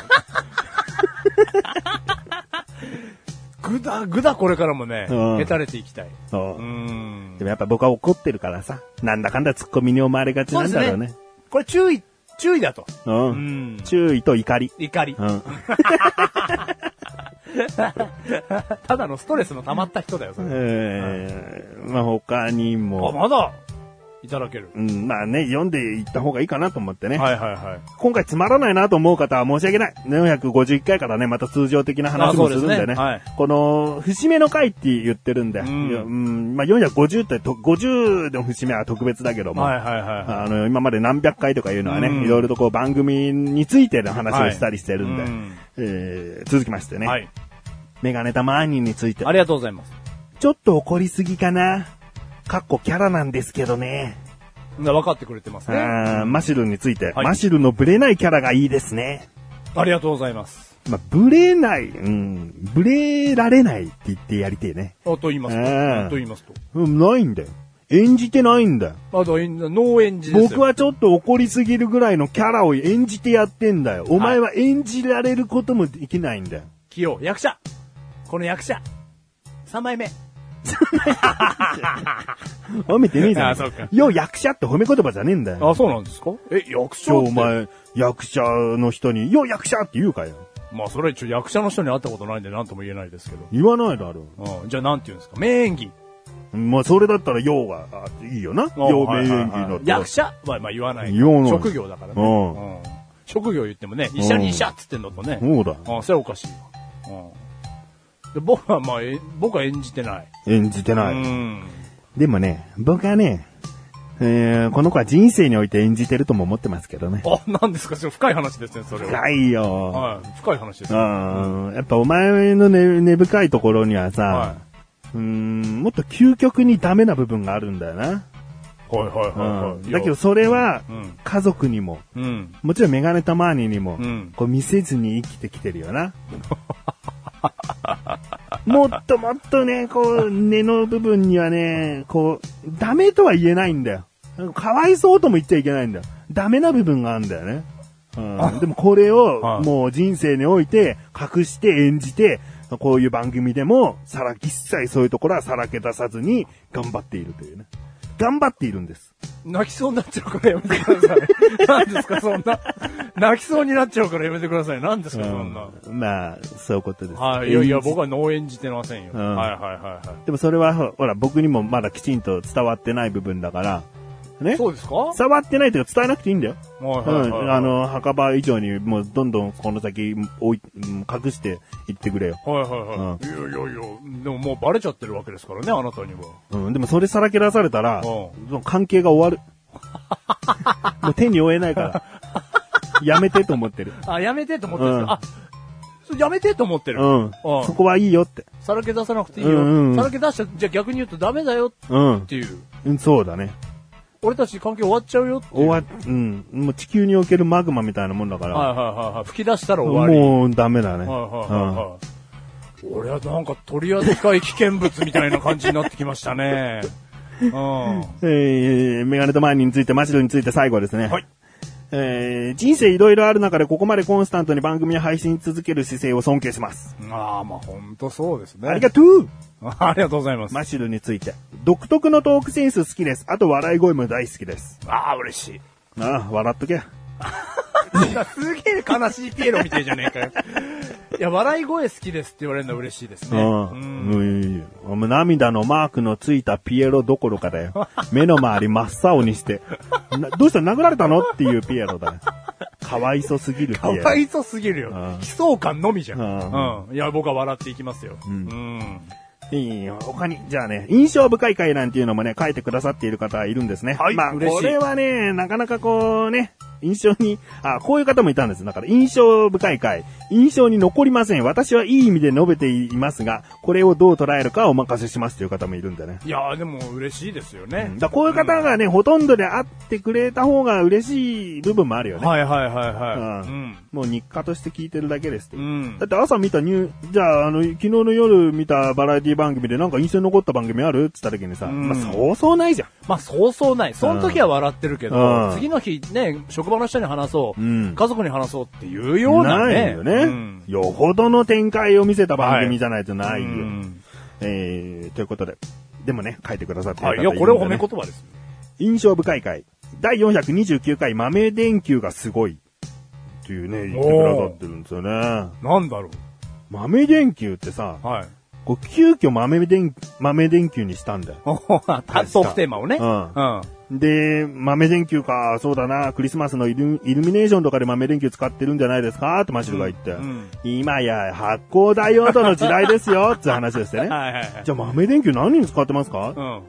Speaker 1: ぐだぐだこれからもね
Speaker 2: うん、
Speaker 1: へたれていきたい。
Speaker 2: そうう。
Speaker 1: ん
Speaker 2: でもやっぱ僕は怒ってるからさ、なんだかんだ突っ込みに思われがちなんだろうね。
Speaker 1: これ注意、注意だと。
Speaker 2: う。
Speaker 1: うんん。
Speaker 2: 注意と怒り。
Speaker 1: 怒り
Speaker 2: う。ん。
Speaker 1: ただのストレスの溜まった人だよ、それ。
Speaker 2: えー、まあ他に
Speaker 1: あ、
Speaker 2: も、
Speaker 1: まだ、いただける。
Speaker 2: うん、まあね、読んでいった方がいいかなと思ってね。
Speaker 1: はいはいはい。
Speaker 2: 今回つまらないなと思う方は申し訳ない。451回からね、また通常的な話もするん
Speaker 1: あそ
Speaker 2: で
Speaker 1: うで
Speaker 2: ね。
Speaker 1: すねはい
Speaker 2: この、節目の回って言ってるんで、
Speaker 1: ん
Speaker 2: いやうんまあ450ってと、50の節目は特別だけども、
Speaker 1: はいはいはいはい。
Speaker 2: あの、今まで何百回とかいうのはね、
Speaker 1: うん
Speaker 2: いろいろとこう番組についての話をしたりしてるんで、
Speaker 1: はいうん
Speaker 2: えー続きましてね、
Speaker 1: はい。
Speaker 2: メガネタマーニーについて
Speaker 1: あ、りがとうございます。
Speaker 2: ちょっと怒りすぎかな。かっこキャラなんですけどね。
Speaker 1: な分かってくれてますね。
Speaker 2: あーマシルについて、
Speaker 1: はい
Speaker 2: マシルのブレないキャラがいいですね。
Speaker 1: ありがとうございます。
Speaker 2: まあ、ブレない、うん、ブレられないって言ってやりてえね。
Speaker 1: あと言いますと。
Speaker 2: うん
Speaker 1: あと言いますと。
Speaker 2: うん、ないんだよ。演じてないんだよ。
Speaker 1: あと、農園寺ですよ。
Speaker 2: 僕はちょっと怒りすぎるぐらいのキャラを演じてやってんだよ。お前は演じられることもできないんだよ。
Speaker 1: 起用、役者この役者 !3 枚目
Speaker 2: 褒めてねえじゃ
Speaker 1: (laughs) あそうか
Speaker 2: ん。よ、役者って褒め言葉じゃねえんだよ。
Speaker 1: あ、そうなんですかえ、役者
Speaker 2: 今
Speaker 1: っ
Speaker 2: 日お
Speaker 1: て
Speaker 2: 前、役者の人に、よ、役者って言うかよ。
Speaker 1: まあ、それは一応役者の人に会ったことないんで何とも言えないですけど。
Speaker 2: 言わないだろ。
Speaker 1: うん、じゃあなんて言うんですか名演技。
Speaker 2: まあ、それだったら、ようが、あいいよな。
Speaker 1: あ
Speaker 2: よう名
Speaker 1: はいはいはい
Speaker 2: 演技の。
Speaker 1: 役者はまあ言わない。
Speaker 2: 言わない
Speaker 1: 職業だからね。
Speaker 2: うん
Speaker 1: うん職業言ってもね、医者に医者っつってんのとね。
Speaker 2: そうだ。
Speaker 1: うん、それはおかしいよ。うん。で僕はまあ、え僕は演じてない。
Speaker 2: 演じてな
Speaker 1: う
Speaker 2: い。
Speaker 1: ん。
Speaker 2: でもね、僕はね、えー、この子は人生において演じてるとも思ってますけどね。
Speaker 1: あ、なんですかそれ深い話ですね、それは。
Speaker 2: 深いよ。
Speaker 1: はい。深い話です。
Speaker 2: うん。やっぱお前の根根深いところにはさ
Speaker 1: は、
Speaker 2: うーん、もっと究極にダメな部分があるんだよな。
Speaker 1: い。はいはいはい、
Speaker 2: う
Speaker 1: は
Speaker 2: ん
Speaker 1: い。
Speaker 2: だけどそれは
Speaker 1: うん、
Speaker 2: 家族にも、
Speaker 1: うん。
Speaker 2: もちろんメガネたまーににも、
Speaker 1: うん
Speaker 2: こう見せずに生きてきてるよな。 (laughs) もっともっとね、こう、根の部分にはね、こう、ダメとは言えないんだよ。かわいそうとも言っちゃいけないんだよ。ダメな部分があるんだよね。うん、でもこれ
Speaker 1: は
Speaker 2: を、
Speaker 1: い
Speaker 2: もう人生において、隠して演じて、こういう番組でも、さら、一切そういうところはさらけ出さずに、頑張っているというね。頑張っているんです。
Speaker 1: 泣きそうになっちゃうからやめてください。何ですか、そん (laughs) な。泣きそうになっちゃうからやめてください。何ですか、そんな。
Speaker 2: まあ、そういうことです。
Speaker 1: はい。いやいや、
Speaker 2: 演じ
Speaker 1: 僕は脳演じてませんよ。
Speaker 2: うん
Speaker 1: はいはいはいは
Speaker 2: でもそれは、ほほら、僕にもまだきちんと伝わってない部分だから、ね
Speaker 1: い。そうですか
Speaker 2: 伝わってないというか伝えなくていいんだよ。
Speaker 1: はいは
Speaker 2: う
Speaker 1: いはい
Speaker 2: ん、あの、墓場以上に、もうどんどんこの先、おい、うん隠していってくれよ。
Speaker 1: はいはいはい。いやいやいや、でももうバレちゃってるわけですからね、あなたには。
Speaker 2: うん、でもそれさらけ出されたら、
Speaker 1: ん
Speaker 2: その関係が終わる。 (laughs) もう手に負えないから。やめてと思って
Speaker 1: (laughs)
Speaker 2: る。
Speaker 1: あ、やめてと思ってるんです
Speaker 2: うん
Speaker 1: よ。あ、そやめてと思ってる。
Speaker 2: うん。そこはいいよって。
Speaker 1: さらけ出さなくていいよ。
Speaker 2: うんうんうん
Speaker 1: さらけ出したじゃあ逆に言うとダメだよ
Speaker 2: うん
Speaker 1: っていう。
Speaker 2: うん。そうだね。
Speaker 1: 俺たち関係終わっちゃうよっていう。
Speaker 2: 終わ、うん。もう地球におけるマグマみたいなもんだから。
Speaker 1: はいはいはいはい。吹き出したら終わり。
Speaker 2: もうダメだね。
Speaker 1: はいはいはいはい。俺はなんか取り扱い危険物みたいな感じになってきましたね。う
Speaker 2: う
Speaker 1: ん。
Speaker 2: んえー、メガネとマーニーについて、マシロについて最後ですね。
Speaker 1: はい。
Speaker 2: えー、人生いろいろある中でここまでコンスタントに番組を配信続ける姿勢を尊敬します。
Speaker 1: ああ、まあほんとそうですね。
Speaker 2: ありがとう
Speaker 1: ありがとうございます。
Speaker 2: マシルについて。独特のトークセンス好きです。あと笑い声も大好きです。
Speaker 1: ああ、嬉しい。
Speaker 2: ああ、笑っとけ。
Speaker 1: すげえ悲しいピエロみたいじゃねえかよ。 (laughs) いや、笑い声好きですって言われるのは嬉しいですね。
Speaker 2: うん。うんお前涙のマークのついたピエロどころかだよ。目の周り真っ青にして。などうした殴られたのっていうピエロだよ。かわいそすぎるピ
Speaker 1: か
Speaker 2: エロ。
Speaker 1: わいそうすぎるよ。
Speaker 2: うん
Speaker 1: 悲壮感のみじゃ
Speaker 2: うん
Speaker 1: ん。うん。いや、僕は笑っていきますよ。うん。
Speaker 2: いいよ。他に、じゃあね、印象深い回なんていうのもね、書いてくださっている方いるんですね。
Speaker 1: はい
Speaker 2: まあ、
Speaker 1: 嬉し
Speaker 2: こ
Speaker 1: い
Speaker 2: れはね、なかなかこうね、印象に、あ、こういう方もいたんです。だから、印象深い回。印象に残りません。私はいい意味で述べていますが、これをどう捉えるかはお任せしますという方もいるんだね。
Speaker 1: いやー、でも嬉しいですよね。
Speaker 2: だからこういう方がね、ほとんどで会ってくれた方が嬉しい部分もあるよね。
Speaker 1: はいはいはいは
Speaker 2: う
Speaker 1: い。うん。
Speaker 2: もう日課として聞いてるだけですっていうう。
Speaker 1: ん
Speaker 2: だっ。て朝見たニュー、じゃあ、あの、昨日の夜見たバラエティ番組でなんか印象に残った番組あるって言った時にさ、
Speaker 1: うん
Speaker 2: まあ、そうそうないじゃん。
Speaker 1: まあ、そうそうない。その時は笑ってるけ
Speaker 2: う
Speaker 1: ど
Speaker 2: ん、
Speaker 1: 次の日ね、職場の人に話そう。
Speaker 2: うん
Speaker 1: 家族に話そうっていうようなね。
Speaker 2: ないよね、
Speaker 1: うん
Speaker 2: よほどの展開を見せた番組じゃないとないよ。
Speaker 1: うん
Speaker 2: えー、ということで。でもね、書いてくださってる方
Speaker 1: はい。いや、
Speaker 2: るん
Speaker 1: こ
Speaker 2: で
Speaker 1: れ
Speaker 2: ね
Speaker 1: は褒め言葉です。
Speaker 2: 印象深い回。第429回豆電球がすごい。っていうね、言ってくださってるんですよね。
Speaker 1: なんだろ
Speaker 2: 豆電球ってさ
Speaker 1: う。、はい。
Speaker 2: こう急遽豆電、豆電球にしたんだよ。
Speaker 1: おほほタップオフテーマをね。
Speaker 2: うん
Speaker 1: うん。
Speaker 2: で、豆電球か、そうだな、クリスマスのイルイルミネーションとかで豆電球使ってるんじゃないですかってマシルが言って、
Speaker 1: うんうん
Speaker 2: 今や発光ダイオードの時代ですよって話ですよね。
Speaker 1: はいはいはい。
Speaker 2: じゃあ豆電球何に使ってますか、
Speaker 1: うん。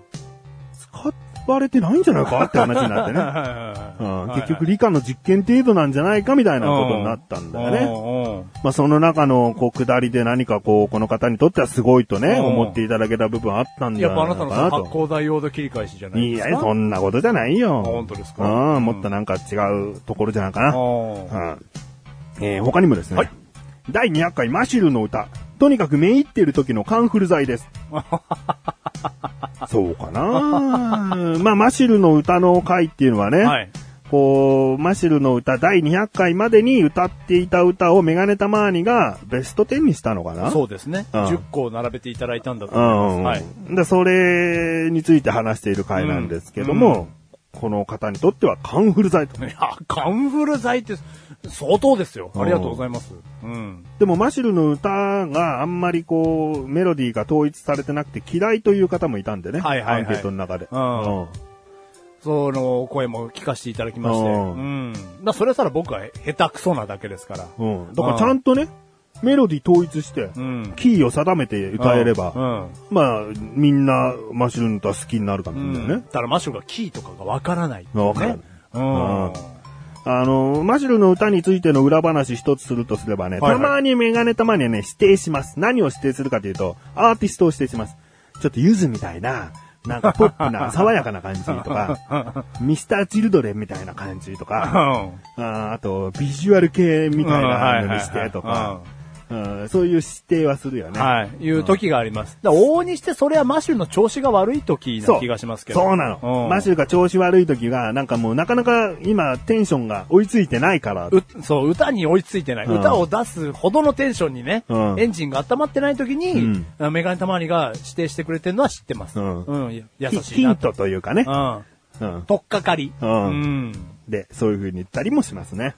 Speaker 2: 使われてないんじゃないかって話になって
Speaker 1: (laughs)
Speaker 2: ね。うん結局理科の実験程度なんじゃないかみたいなことになったんだよね。
Speaker 1: ね。
Speaker 2: まあその中のこう下りで何かこうこの方にとってはすごいとね、
Speaker 1: うん
Speaker 2: 思っていただけた部分あったんじゃ
Speaker 1: やっぱあ
Speaker 2: ない
Speaker 1: なた
Speaker 2: の
Speaker 1: の
Speaker 2: かな
Speaker 1: さ発
Speaker 2: と。
Speaker 1: 光ダイオード切り返しじゃない
Speaker 2: い
Speaker 1: ですか。
Speaker 2: や、そんなことじゃないよ。
Speaker 1: あ本当ですか
Speaker 2: う、
Speaker 1: うんん
Speaker 2: もっとなんか違うところじゃないかな。
Speaker 1: あ
Speaker 2: はい。えー他にもですね、
Speaker 1: はい
Speaker 2: 第200回マシュルの歌、とにかく目いってる時のカンフル剤です。
Speaker 1: (laughs)
Speaker 2: そうかなまあ、マシュルの歌の回っていうのはね、
Speaker 1: あはい。
Speaker 2: こう、マシュルの歌第200回までに歌っていた歌をメガネタマーニがベスト10にしたのかな
Speaker 1: そうですね。
Speaker 2: うん
Speaker 1: 10個を並べていただいたんだと
Speaker 2: う
Speaker 1: 思い
Speaker 2: ん、
Speaker 1: ます。はい。
Speaker 2: で、それについて話している回なんですけども、この方にとってはカンフル剤と。
Speaker 1: いや、カンフル剤って相当ですよ。ありがとうございます。うん。
Speaker 2: でもマシルの歌があんまりこう、メロディーが統一されてなくて嫌いという方もいたんでね。
Speaker 1: はいはいはい
Speaker 2: アンケートの中で。
Speaker 1: うんその声も聞かせていただきまして。
Speaker 2: う
Speaker 1: うんん。まあ、それさら僕は下手くそなだけですから。
Speaker 2: うん。うん。だからちゃんとね、メロディー統一して、
Speaker 1: うん。
Speaker 2: キーを定めて歌えれ
Speaker 1: う
Speaker 2: ば、
Speaker 1: ん。うん
Speaker 2: まあ、みんなマシルの歌好きになるかもしれないね。
Speaker 1: だからマシュがキーとかがわからない。
Speaker 2: わからない
Speaker 1: うん。
Speaker 2: あの、マシルの歌についての裏話一つするとすればね、
Speaker 1: はいはい
Speaker 2: たまにメガネたまにはね、指定します。何を指定するかというと、アーティストを指定します。ちょっとゆずみたいな、なんかポップ
Speaker 1: (laughs)
Speaker 2: な、爽やかな感じとか、ミスター・チルドレンみたいな感じとか、
Speaker 1: うん。
Speaker 2: あーあと、ビジュアル系みたいなのにしてとか、うんそういう指定はするよね。
Speaker 1: はい。いう時があります。だから往々にしてそれはマシュの調子が悪い時
Speaker 2: そ
Speaker 1: な
Speaker 2: う。
Speaker 1: 気がしますけど。
Speaker 2: そうなの。
Speaker 1: ん
Speaker 2: マシルが調子悪い時が、なんかもうなかなか今テンションが追いついてないから、
Speaker 1: うそう、歌に追いついてない。
Speaker 2: うん
Speaker 1: 歌を出すほどのテンションにね、
Speaker 2: うん
Speaker 1: エンジンが温まってない時に、
Speaker 2: う
Speaker 1: メガネたまわりが指定してくれてるのは知ってます。
Speaker 2: うん
Speaker 1: うんいや優し
Speaker 2: ヒ
Speaker 1: いな
Speaker 2: ン
Speaker 1: と。
Speaker 2: トというかね
Speaker 1: う。ん。
Speaker 2: うん
Speaker 1: とっかかり。
Speaker 2: うん
Speaker 1: うん。
Speaker 2: で、そういう風に言ったりもしますね。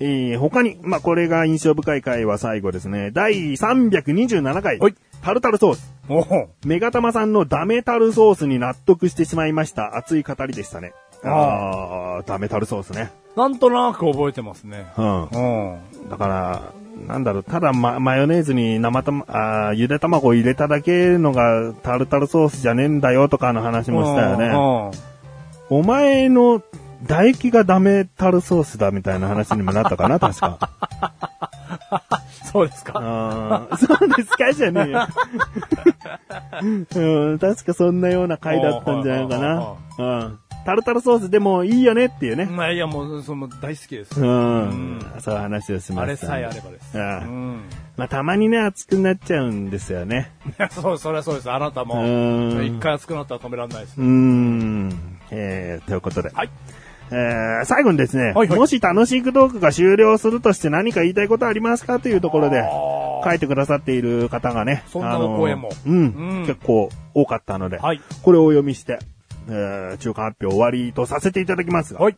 Speaker 2: えー、他に、まあ、これが印象深い回は最後ですね。第327回。
Speaker 1: はい
Speaker 2: タルタルソース。
Speaker 1: おう
Speaker 2: メガタマさんのダメタルソースに納得してしまいました。熱い語りでしたね。ああ、ダメタルソースね。
Speaker 1: なんとなく覚えてますね。
Speaker 2: うん。
Speaker 1: うん。
Speaker 2: だから、なんだろう、ただ、ま、マヨネーズに生たま、あーゆで卵を入れただけのがタルタルソースじゃねえんだよとかの話もしたよね。
Speaker 1: ね。
Speaker 2: お前の唾液がダメタルソースだみたいな話にもなったかな、確 (laughs) か。
Speaker 1: そうですか。
Speaker 2: あーそうですかじゃねえ
Speaker 1: (laughs)
Speaker 2: よ。うん、確かそんなような回だったんじゃないかな。うん。タルタルソースでもいいよねっていうね。
Speaker 1: まあいやもう、その大好きです
Speaker 2: う。ん。
Speaker 1: うん
Speaker 2: そういう話をしました。
Speaker 1: あれさえあればです。
Speaker 2: ああ
Speaker 1: うん。
Speaker 2: まあ、たまにね、熱くなっちゃうんですよね。
Speaker 1: いや、そう、そりゃそうです。あなたも
Speaker 2: う。ーん
Speaker 1: 一回熱くなったら止められないです
Speaker 2: う。ーん。えー、ということで。
Speaker 1: はい。
Speaker 2: えー、最後にですね、
Speaker 1: はいはい
Speaker 2: もし楽しいトークが終了するとして何か言いたいことありますかというところで、
Speaker 1: あー
Speaker 2: 書いてくださっている方がね、
Speaker 1: そんなお声も
Speaker 2: あのうん、
Speaker 1: うん
Speaker 2: 結構多かったので、
Speaker 1: はい
Speaker 2: これをお読みして、えー中間発表終わりとさせていただきますが、
Speaker 1: はい。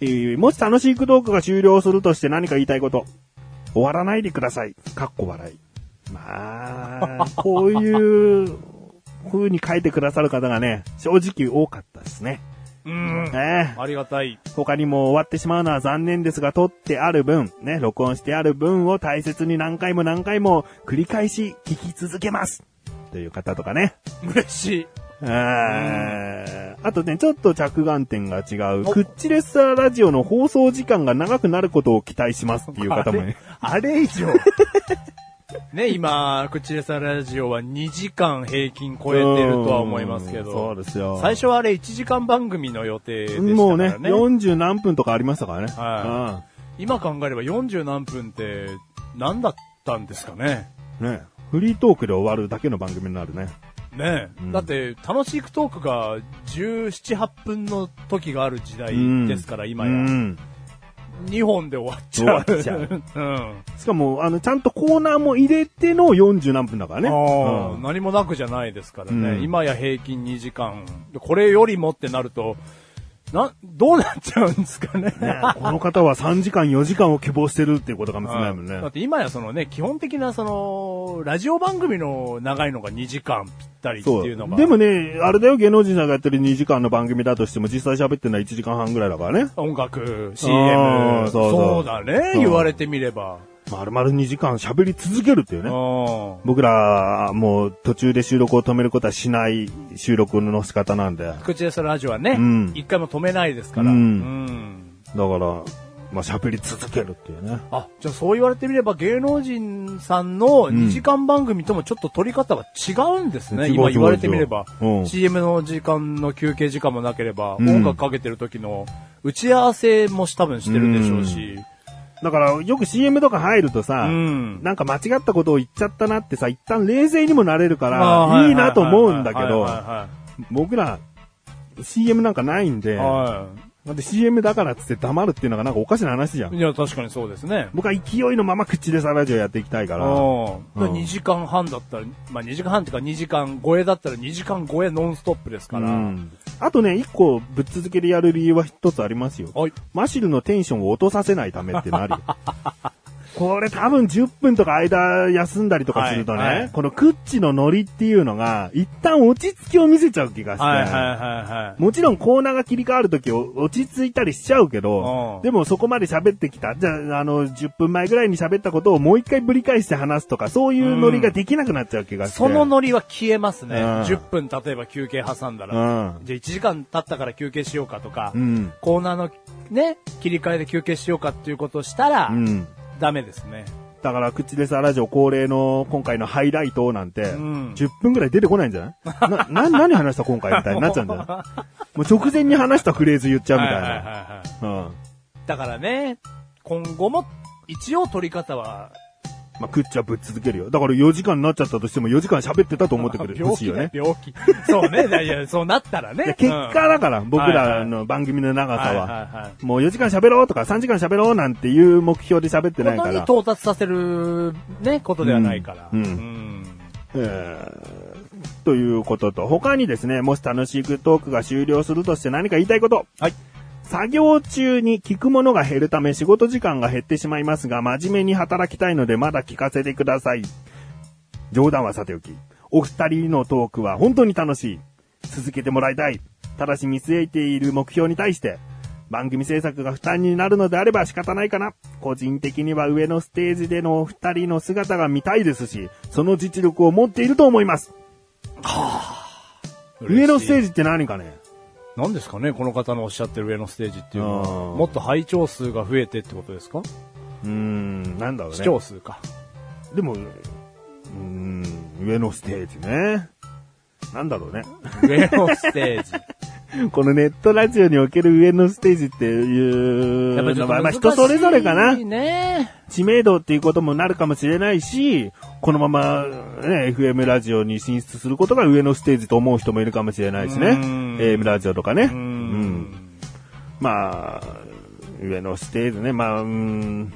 Speaker 2: えーもし楽しいトークが終了するとして何か言いたいこと、終わらないでください。かっこ笑い。ま
Speaker 1: (laughs)
Speaker 2: あ、こういう風に書いてくださる方がね、正直多かったですね。
Speaker 1: うん。
Speaker 2: ね
Speaker 1: ありがたい。
Speaker 2: 他にも終わってしまうのは残念ですが、撮ってある分、ね、録音してある分を大切に何回も何回も繰り返し聞き続けます。という方とかね。
Speaker 1: 嬉しい。
Speaker 2: えーあとね、ちょっと着眼点が違う。
Speaker 1: お
Speaker 2: クッチレッサーラジオの放送時間が長くなることを期待しますっていう方も
Speaker 1: (laughs)
Speaker 2: ね。
Speaker 1: あれあれ以上。ね、今、口レサラジオは2時間平均超えてるとは思いますけ
Speaker 2: う
Speaker 1: ど。
Speaker 2: んそうですよ。
Speaker 1: 最初はあれ1時間番組の予定でしたからね。
Speaker 2: もうね、40何分とかありましたからね。
Speaker 1: は今考えれば40何分って何だったんですかね。
Speaker 2: うんね。フリートークで終わるだけの番組になるね。
Speaker 1: ねえ、
Speaker 2: うん
Speaker 1: だって楽しいトークが17、8分の時がある時代ですから、今
Speaker 2: う
Speaker 1: や。
Speaker 2: ん。
Speaker 1: 2本で終わっちゃう。
Speaker 2: 終わっちゃう
Speaker 1: (laughs) うん。
Speaker 2: しかも、あの、ちゃんとコーナーも入れての40何分だからね。
Speaker 1: ああ
Speaker 2: うん
Speaker 1: 何もなくじゃないですからね、
Speaker 2: うん
Speaker 1: 今や平均2時間、これよりもってなると、な、どうなっちゃうんですかね。
Speaker 2: ねこの方は3時間4時間を希望してるっていうことかもしれないもんね
Speaker 1: だっ。て今やそのね、基本的なその、ラジオ番組の長いのが2時間ぴったりって
Speaker 2: そう。
Speaker 1: いうのが。
Speaker 2: でもね、あれだよ、芸能人さんがやってる2時間の番組だとしても、実際喋ってるのは1時間半ぐらいだからね。
Speaker 1: 音楽、
Speaker 2: あ
Speaker 1: CM
Speaker 2: ー、そうそう
Speaker 1: だね、
Speaker 2: そう
Speaker 1: 言われてみれば。
Speaker 2: 丸々2時間喋り続けるっていう
Speaker 1: う
Speaker 2: ね。
Speaker 1: ん。
Speaker 2: 僕ら、もう途中で収録を止めることはしない収録の仕方なんで。だか
Speaker 1: 口でそのラジオはね
Speaker 2: うん、
Speaker 1: 一回も止めないですから。
Speaker 2: う
Speaker 1: うんん。
Speaker 2: ら、まあ喋り続けるっていうね。
Speaker 1: あ、じゃあそう言われてみれば芸能人さんの2時間番組ともちょっと取り方が違うんですね。
Speaker 2: 違う
Speaker 1: 今言われてみれば
Speaker 2: 違う違うう。ん
Speaker 1: CM の時間の休憩時間もなければ、
Speaker 2: うん
Speaker 1: 音楽かけてる時の打ち合わせも多分してるでしょうし。
Speaker 2: だから、よく CM とか入るとさ、
Speaker 1: うん
Speaker 2: なんか間違ったことを言っちゃったなってさ、一旦冷静にもなれるか
Speaker 1: あーは
Speaker 2: ら、いいなと思うんだけど
Speaker 1: はい、は
Speaker 2: 僕ら、CM なんかないん
Speaker 1: い
Speaker 2: で、
Speaker 1: はいはいは
Speaker 2: だって CM だからっつって黙るっていうのがなんかおかしな話じゃ
Speaker 1: い。
Speaker 2: ん。
Speaker 1: いや、確かにそうですね。
Speaker 2: 僕は勢いのまま口でサラジオやっていきたいから。
Speaker 1: うん。
Speaker 2: うん
Speaker 1: 2時間半だったら、まあ2時間半っていうか2時間超えだったら2時間超えノンストップですから。
Speaker 2: うんあとね、一個ぶっ続けでやる理由は一つありますよ。
Speaker 1: はい。
Speaker 2: マシルのテンションを落とさせないためってなるよ。
Speaker 1: (laughs)
Speaker 2: これ多分10分とか間休んだりとかするとね、
Speaker 1: はいはい
Speaker 2: このクッチのノリっていうのが、一旦落ち着きを見せちゃう気がして、
Speaker 1: はいはいはいはい。
Speaker 2: もちろんコーナーが切り替わるとき落ち着いたりしちゃうけ
Speaker 1: う
Speaker 2: ど
Speaker 1: ん、
Speaker 2: でもそこまで喋ってきた。じゃあ、あの、10分前ぐらいに喋ったことをもう一回ぶり返して話すとか、そういうノリができなくなっちゃう気がして。
Speaker 1: そのノリは消えますね。
Speaker 2: うん
Speaker 1: 10分例えば休憩挟んだら。
Speaker 2: うん
Speaker 1: じゃあ1時間経ったから休憩しようかとか、
Speaker 2: うん。
Speaker 1: コーナーのね、切り替えで休憩しようかっていうことをしたら、
Speaker 2: うん。
Speaker 1: ダメですね。
Speaker 2: だから、口でさラジオ恒例の今回のハイライトなんて、
Speaker 1: ん
Speaker 2: 10分ぐらい出てこないんじゃないな、 (laughs) な、何話した今回みたいになっちゃうんじゃ
Speaker 1: (laughs)
Speaker 2: ないもう直前に話したフレーズ言っちゃうみ
Speaker 1: はい
Speaker 2: た
Speaker 1: はいいはい
Speaker 2: な。
Speaker 1: はい。
Speaker 2: うん。
Speaker 1: だからね、今後も一応取り方は、
Speaker 2: まあ、クッチはぶっ続けるよ。だから4時間になっちゃったとしても4時間喋ってたと思ってくれる。
Speaker 1: 病
Speaker 2: 欲しい
Speaker 1: 気
Speaker 2: よ
Speaker 1: だ
Speaker 2: ね
Speaker 1: よ、。病気。そうね、いやいや、そうなったら
Speaker 2: いや
Speaker 1: ね。
Speaker 2: 結
Speaker 1: うん
Speaker 2: 果だから、僕らの番組の長さは。もう4時間喋ろうとか3時間喋ろうなんていう目標で喋ってない
Speaker 1: こ
Speaker 2: か
Speaker 1: とに
Speaker 2: ら。
Speaker 1: 到達させる、ね、ことではないから。
Speaker 2: うんうんえーということと、他にですね、もし楽しくトークが終了するとして何か言いたいこと。
Speaker 1: はい。
Speaker 2: 作業中に聞くものが減るため仕事時間が減ってしまいますが、真面目に働きたいのでまだ聞かせてください。冗談はさておき。お二人のトークは本当に楽しい。続けてもらいたい。ただし見据えている目標に対して、番組制作が負担になるのであれば仕方ないかな。個人的には上のステージでのお二人の姿が見たいですし、その実力を持っていると思います。上のステー
Speaker 1: ジ。
Speaker 2: ジって何かね
Speaker 1: 何ですかね、この方のおっしゃってる上のステージっていうの
Speaker 2: う
Speaker 1: は。
Speaker 2: ん
Speaker 1: もっと拝聴数が増えてってことですか
Speaker 2: うーん、なんだろうね。
Speaker 1: 視聴数か。
Speaker 2: でも、うーん、上のステージね。なんだろうね。
Speaker 1: 上のステー (laughs) ジ。
Speaker 2: (laughs) このネットラジオにおける上のステージっていう
Speaker 1: やっぱちょ
Speaker 2: の
Speaker 1: っと
Speaker 2: は、まあ
Speaker 1: 難しい
Speaker 2: 人それぞれかな。
Speaker 1: ね
Speaker 2: 知名度っていうこともなるかもしれないし、このまま、ね、FM ラジオに進出することが上のステージと思う人もいるかもしれないしね。
Speaker 1: うーん
Speaker 2: AM ラジオとかね。う。
Speaker 1: うんん。
Speaker 2: まあ、上のステージね、まあ、うーん。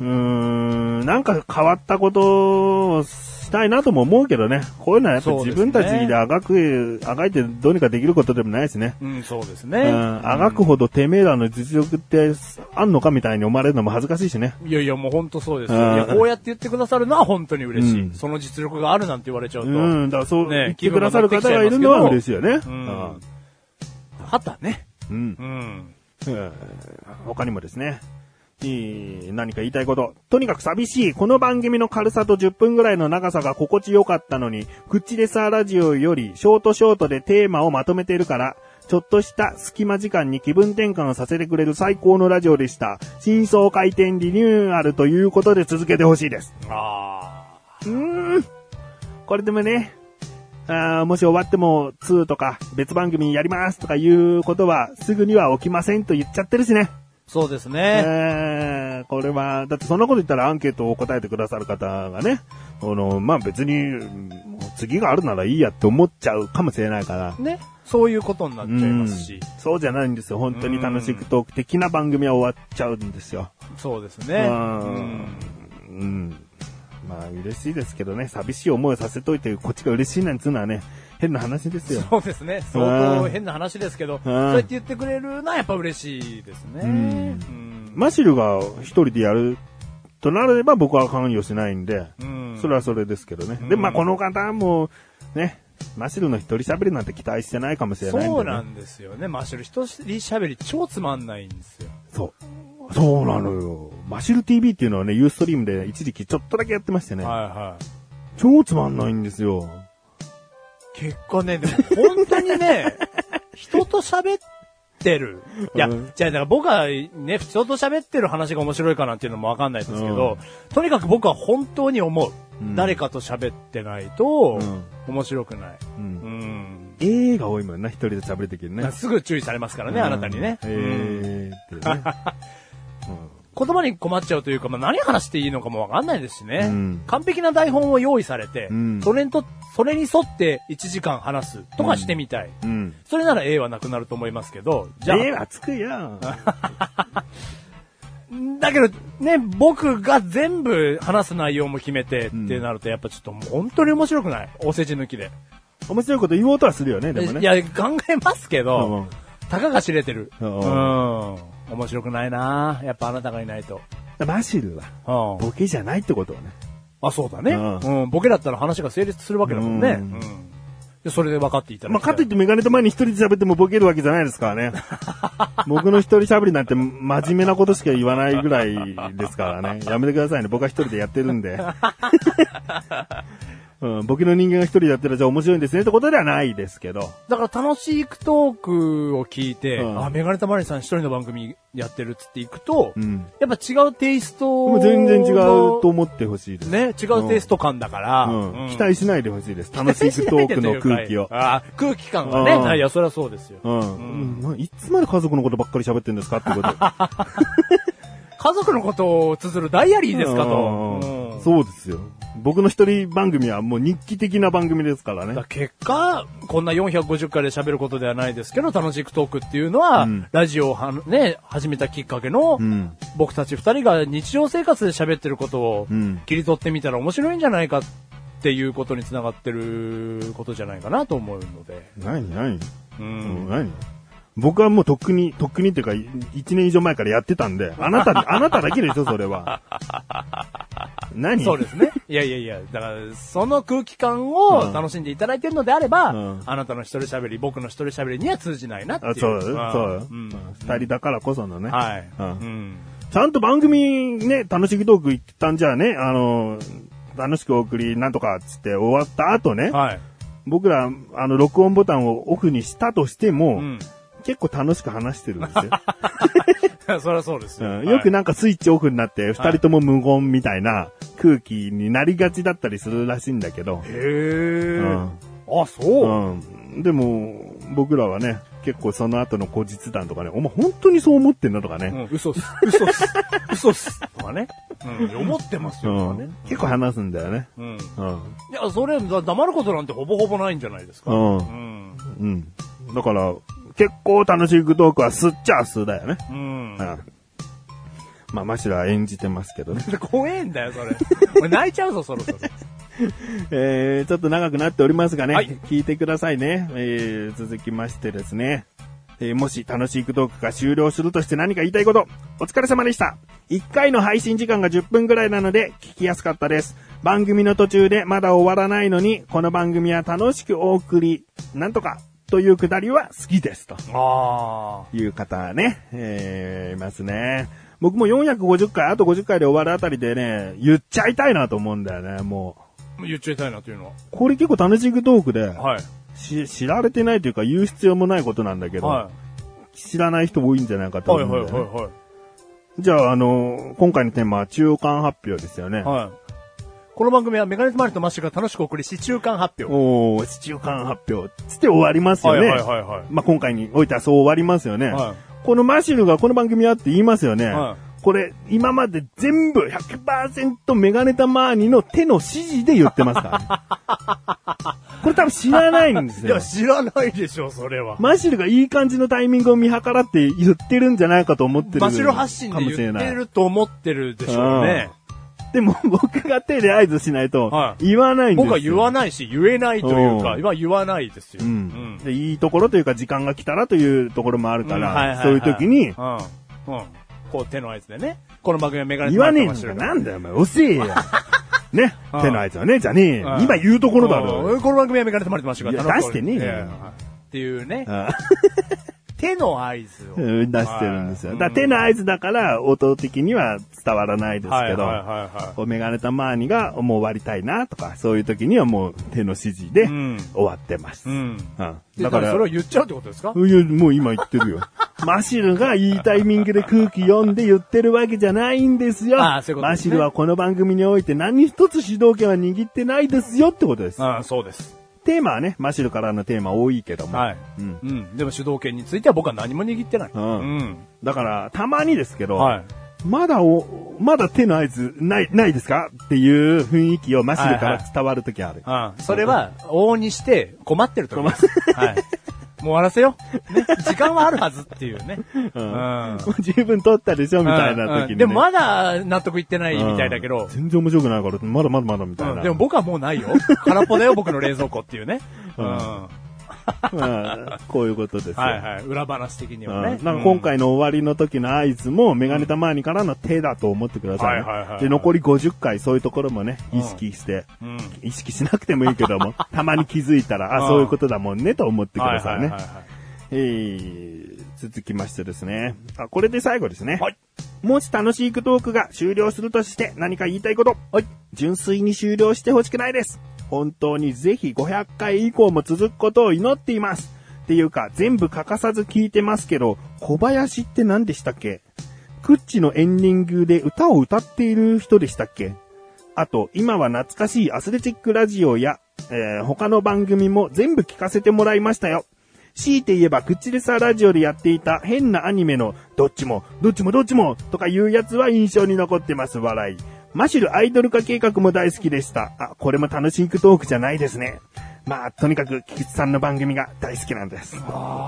Speaker 2: うーん、なんか変わったことをしたいなとも思うけどね。こういうのはやっぱ
Speaker 1: そう
Speaker 2: 自
Speaker 1: です
Speaker 2: 分
Speaker 1: ね
Speaker 2: たちであがく、あがいてどうにかできることでもないしね。
Speaker 1: うん、そうです
Speaker 2: う
Speaker 1: ね。
Speaker 2: ん、あがくほどてめえらの実力ってあんのかみたいに思われるのも恥ずかしいしね。
Speaker 1: いやいや、もう本当そうですよ。
Speaker 2: うん
Speaker 1: いや、こうやって言ってくださるのは本当に嬉しい。
Speaker 2: うん
Speaker 1: その実力があるなんて言われちゃうと。
Speaker 2: うん、だからそう
Speaker 1: ね
Speaker 2: 言ってくださる方がいるのは嬉しいよね。
Speaker 1: うん。はたね。
Speaker 2: うん
Speaker 1: うん。
Speaker 2: うん他にもですね、えー何か言いたいこと。とにかく寂しい。この番組の軽さと10分ぐらいの長さが心地よかったのに、クッチレサーラジオよりショートショートでテーマをまとめているから、ちょっとした隙間時間に気分転換をさせてくれる最高のラジオでした。真相回転リニューアルということで続けてほしいです。
Speaker 1: あ
Speaker 2: うーん。これでもね、あーもし終わっても2とか別番組やりますとかいうことはすぐには起きませんと言っちゃってるしね。
Speaker 1: ーそうですね。
Speaker 2: えーこれは、だってそんなこと言ったらアンケートを答えてくださる方がね、あの、まあ、別に、うん次があるならいいやって思っちゃうかもしれないから。
Speaker 1: ね。そういうことになっちゃいますし。
Speaker 2: うんそうじゃないんですよ。本当に楽しくトーク的な番組は終わっちゃうんですよ。
Speaker 1: そうですね。
Speaker 2: うん
Speaker 1: うん
Speaker 2: うん。まあ、嬉しいですけどね、寂しい思いをさせといて、こっちが嬉しいなんつうのはね、変な話ですよ。
Speaker 1: (laughs) そうですね。相当変な話ですけど、そうやって言ってくれるのはやっぱ嬉しいですね。うん。
Speaker 2: マシルが一人でやるとなれば僕は関与しないんで、
Speaker 1: うん
Speaker 2: それはそれですけどね。
Speaker 1: ん
Speaker 2: で、まあこの方も、ね、マシルの一人喋りなんて期待してないかもしれないんで、ね。
Speaker 1: そうなんですよね。マッシュル一人喋り超つまんないんですよ。
Speaker 2: そう。そうなのよ。マシル TV っていうのはね、ユーストリームで一時期ちょっとだけやってましてね。
Speaker 1: はいはい。
Speaker 2: 超つまんないんですよ。
Speaker 1: 結果ね、でも本当にね、 (laughs) 人と喋ってる。いや、
Speaker 2: うん
Speaker 1: じゃあ、だから僕はね、人と喋ってる話が面白いかなんていうのもわかんないですけど、とにかく僕は本当に思う。
Speaker 2: うん
Speaker 1: 誰かと喋ってないと、
Speaker 2: う
Speaker 1: 面白くない。
Speaker 2: う。
Speaker 1: うんん。
Speaker 2: A が多いもんな、一人で喋るときに
Speaker 1: だか
Speaker 2: ね
Speaker 1: ら。すぐ注意されますからね、あなたにね。
Speaker 2: え
Speaker 1: うん
Speaker 2: ーってね。
Speaker 1: 言葉に困っちゃうというか、まあ、何話していいのかもわかんないですしね、
Speaker 2: うん
Speaker 1: 完璧な台本を用意されて、
Speaker 2: うん
Speaker 1: それにと、それに沿って1時間話すとかしてみたい。
Speaker 2: うん。
Speaker 1: それなら A はなくなると思いますけど、 (laughs) じゃあ、
Speaker 2: A はつくよ。
Speaker 1: だけど、ね、僕が全部話す内容も決めてって
Speaker 2: ん
Speaker 1: なると、やっぱちょっともう本当に面白くないお世辞抜きで。
Speaker 2: 面白いこと言おうとはするよね、でもね。
Speaker 1: いや、考えますけ
Speaker 2: う
Speaker 1: ど、
Speaker 2: ん、うん
Speaker 1: たかが知れてる。
Speaker 2: う
Speaker 1: うんん。面白くないなやっぱあなたがいないと。
Speaker 2: マシルは、
Speaker 1: うん。
Speaker 2: ボケじゃないってことをね。
Speaker 1: あ、そうだね。
Speaker 2: う
Speaker 1: うん。ボケだったら話が成立するわけだもんね。
Speaker 2: う
Speaker 1: うんん。でそれで分かっていただ
Speaker 2: まあ、
Speaker 1: きたい
Speaker 2: かといってメガネと前に一人で喋ってもボケるわけじゃないですから (laughs) ね。僕の一人喋りなんて真面目なことしか言わないぐらいですからね。やめてくださいね。僕は一人でやってるん (laughs) で。うん、ボケの人間が一人でやってるらじゃあ面白いんですねってことではないですけど。
Speaker 1: だから楽しいトークを聞いて、
Speaker 2: うん
Speaker 1: あ、メガネたまりさん一人の番組やってるっつって行くと、
Speaker 2: うん
Speaker 1: やっぱ違うテイスト
Speaker 2: も
Speaker 1: の
Speaker 2: う全然違うと思ってほしいです。
Speaker 1: ね、違うテイスト感だから、
Speaker 2: うん
Speaker 1: うん
Speaker 2: 期待しないでほしいです。楽 (laughs) しいトークの空気を。
Speaker 1: あー空気感
Speaker 2: うん
Speaker 1: はね、いや、そりゃそうですよ。
Speaker 2: うん。うんいつまで家族のことばっかり喋ってんですかってこと。
Speaker 1: 家族のことを綴るダイアリーですかと。
Speaker 2: う
Speaker 1: うんん
Speaker 2: そうですよ。僕の一人番組はもう日記的な番組ですから
Speaker 1: だか
Speaker 2: ね
Speaker 1: ら。結果、こんな450回で喋ることではないですけど、楽しいトークっていうのは、
Speaker 2: うん
Speaker 1: ラジオをはね、始めたきっかけの、
Speaker 2: うん。
Speaker 1: 僕たち二人が日常生活で喋ってることを
Speaker 2: うん
Speaker 1: 切り取ってみたら面白いんじゃないかっていうことにつながってることじゃないかなと思うので。
Speaker 2: 何何
Speaker 1: うん。
Speaker 2: 何僕はもうとっくに、とっくにっていうか、
Speaker 1: (laughs)
Speaker 2: い一年以上前からやってたんで、あなた、あなただけでしょ、それは。何
Speaker 1: そうですね。いやいやいや、だから、その空気感を楽しんでいただいてるのであれば、
Speaker 2: うん
Speaker 1: あなたの一人喋り、僕の一人喋りには通じないなってい
Speaker 2: あ
Speaker 1: う。
Speaker 2: そう、そ
Speaker 1: ん
Speaker 2: う。
Speaker 1: うん
Speaker 2: 二人だからこそのね。
Speaker 1: はい。
Speaker 2: うん
Speaker 1: うん
Speaker 2: ちゃんと番組ね、楽しみトーク行ったんじゃあね、あの、楽しくお送りなんとかっつって終わった後ね、
Speaker 1: はい。
Speaker 2: 僕ら、あの、録音ボタンをオフにしたとしても、
Speaker 1: うん。
Speaker 2: 結構楽しく話してるんですよ。
Speaker 1: (laughs) そりゃそうです
Speaker 2: うん
Speaker 1: よ。
Speaker 2: よく
Speaker 1: な、
Speaker 2: なんかスイッチオフになって、二人とも無言みたいな空気になりがちだったりするらしいんだけど、
Speaker 1: へえ。
Speaker 2: うん
Speaker 1: あ、そう。
Speaker 2: うん、でも、僕らはね、結構その後の後日談とかね、お前本当にそう思ってんだとかね、
Speaker 1: うん、嘘っす。嘘っす。嘘っす。とかね。うん、思ってますよ、とか
Speaker 2: う
Speaker 1: ね
Speaker 2: ん。結構話すんだよね。
Speaker 1: うん。
Speaker 2: う
Speaker 1: い
Speaker 2: ん。
Speaker 1: や、それ、だ黙ることなんてほぼほぼないんじゃないですか。
Speaker 2: うん
Speaker 1: うん。
Speaker 2: うん。だから、結構楽しいトークはすっちゃすだよね。
Speaker 1: うん
Speaker 2: う。ん。まあ、マシュラは演じてますけどね。
Speaker 1: 怖えんだよ、それ。俺泣いちゃうぞ、そろそろ。
Speaker 2: えー、ちょっと長くなっておりますがね、
Speaker 1: はい
Speaker 2: 聞いてくださいね。えー、続きましてですね。えーもし楽しいトークが終了するとして何か言いたいこと、お疲れ様でした。1回の配信時間が10分ぐらいなので聞きやすかったです。番組の途中でまだ終わらないのに、この番組は楽しくお送り、なんとか、というくだりは好きですと。
Speaker 1: あ
Speaker 2: いう方ね、えーいますね。僕も450回、あと50回で終わるあたりでね、言っちゃいたいなと思うんだよね、も
Speaker 1: あ。言っちゃいたいなというの
Speaker 2: う。これ結構楽しいトークで、
Speaker 1: は。はい。
Speaker 2: し知られてないというか言う必要もないことなんだけど、
Speaker 1: は
Speaker 2: 知らない人多いんじゃないか
Speaker 1: い。
Speaker 2: と
Speaker 1: は
Speaker 2: 思
Speaker 1: い、
Speaker 2: うんだ
Speaker 1: はい、
Speaker 2: よね
Speaker 1: は
Speaker 2: じゃあ、あの、今回のテーマは中間発表ですよね。
Speaker 1: い、はい。はい。この番組はメガネスマリとマッシュが楽しくお送りし、中間発表。
Speaker 2: おー、中間発表。つって終わりますよ
Speaker 1: はい、
Speaker 2: ね。
Speaker 1: はい、はい、はい。
Speaker 2: まあ、今回においてはそう終わりますよね。
Speaker 1: は
Speaker 2: このマシルがこの番組はって言いますよね。
Speaker 1: は
Speaker 2: これ、今まで全部100%メガネタマーニの手の指示で言ってますから
Speaker 1: (laughs)
Speaker 2: ね、これ多分知らないんです
Speaker 1: いや、
Speaker 2: よ。
Speaker 1: 知らないでしょ、それは。
Speaker 2: マシルがいい感じのタイミングを見計らって言ってるんじゃないかと思ってるか
Speaker 1: バ
Speaker 2: もし
Speaker 1: シ
Speaker 2: れ
Speaker 1: ロ
Speaker 2: ない。
Speaker 1: 発信で言ってると思ってるでしょうね。
Speaker 2: でも僕が手で合図しないと
Speaker 1: (laughs) は
Speaker 2: 言わないんですよ。
Speaker 1: 僕は言わ
Speaker 2: な
Speaker 1: ないし、言えないというか、
Speaker 2: うん
Speaker 1: 今言わないですよ。
Speaker 2: い。うん。でいいところというか時間が来たらというところもあるか
Speaker 1: んはいは
Speaker 2: ら、
Speaker 1: は
Speaker 2: そういう時に
Speaker 1: うん。うん。こう手の合図でね。この番組はメガネ
Speaker 2: 言わねえん
Speaker 1: し
Speaker 2: だよ。なんだよ、お前。遅えよ。
Speaker 1: (laughs)
Speaker 2: ね。
Speaker 1: うん
Speaker 2: 手の合図はね、じゃねえよ
Speaker 1: う。ん
Speaker 2: 今言うところだろ。
Speaker 1: うんこの番組はメガネ止まれてましたか
Speaker 2: いや
Speaker 1: ら。頼む
Speaker 2: 出してねえよ
Speaker 1: いやいやはいっていうね。
Speaker 2: ああ
Speaker 1: 手の合図を。
Speaker 2: (laughs) うん出してるんですよ。
Speaker 1: はい
Speaker 2: だから手の合図だから、音的には伝わらないです
Speaker 1: はい
Speaker 2: け
Speaker 1: はい
Speaker 2: ど、
Speaker 1: は
Speaker 2: こうメガネたまーにがもう終わりたいなとか、そういう時にはもう手の指示で
Speaker 1: いはい。う
Speaker 2: 終
Speaker 1: ん。
Speaker 2: わってます。
Speaker 1: う
Speaker 2: うん
Speaker 1: ん。
Speaker 2: だ
Speaker 1: だ
Speaker 2: か
Speaker 1: からら、それを言っちゃうってことですか
Speaker 2: いや、もう今言ってるよ。 (laughs) マシルがいいタイミングで空気読んで言ってるわけじゃないんですよ。
Speaker 1: ああそういうこと
Speaker 2: マ
Speaker 1: です
Speaker 2: シ
Speaker 1: ね
Speaker 2: ルはこの番組において何一つ主導権は握ってないですよってことです。
Speaker 1: ああ、そうです。
Speaker 2: テーマはね、マシルからのテーマ多いけども。
Speaker 1: はい。
Speaker 2: うん
Speaker 1: うん。でも主導権については僕は何も握ってない。
Speaker 2: うん
Speaker 1: うん。
Speaker 2: だから、たまにですけど、
Speaker 1: はい。
Speaker 2: まだお、まだ手の合図ない、ないですかっていう雰囲気をマシルから伝わるときある。 (laughs)
Speaker 1: うん。それは、往々にして困ってると思います。はい。 (laughs) もう終わらせよう。ね。時間はあるはずっていう
Speaker 2: (laughs)
Speaker 1: ね。うん。
Speaker 2: もう十分取ったでしょみたいな時に、ね
Speaker 1: うんでもまだ納得いってない
Speaker 2: うん
Speaker 1: みたいだけど、
Speaker 2: 全然面白くないから、まだまだまだみたいな。
Speaker 1: うんでも僕はもうないよ。空っぽだよ、僕の冷蔵庫っ
Speaker 2: (laughs)
Speaker 1: ていうね。うん。は
Speaker 2: まあこういうことですよ。
Speaker 1: いはい。裏話的にはね
Speaker 2: う。んなんか今回の終わりの時の合図も、メガネたまわりからの手だと思ってくださいね、
Speaker 1: はいはいはい
Speaker 2: で、残り50回、そういうところもね、
Speaker 1: ん
Speaker 2: 意識して、
Speaker 1: うん、うん。
Speaker 2: 意識しなくてもいいけ
Speaker 1: (laughs)
Speaker 2: ども、たまに気づいたら、
Speaker 1: う
Speaker 2: あ、
Speaker 1: ん
Speaker 2: そういうことだもんね、と思ってくださいね。
Speaker 1: はいはいはいはい
Speaker 2: えー続きましてですね。あ、これで最後ですね。
Speaker 1: はい
Speaker 2: もし楽しいトークが終了するとして何か言いたいこと。純粋に終了してほしくないです。本当にぜひ500回以降も続くことを祈っています。っていうか、全部欠かさず聞いてますけど、小林って何でしたっけクッチのエンディングで歌を歌っている人でしたっけあと、今は懐かしいアスレチックラジオや、えー他の番組も全部聞かせてもらいましたよ。強いて言えば、クッチレサラジオでやっていた変なアニメの、どっちも、どっちもどっちも、とかいうやつは印象に残ってます、笑い。マシュルアイドル化計画も大好きでした。あ、これも楽しいトークじゃないですね。まあ、とにかく、菊池さんの番組が大好きなんです。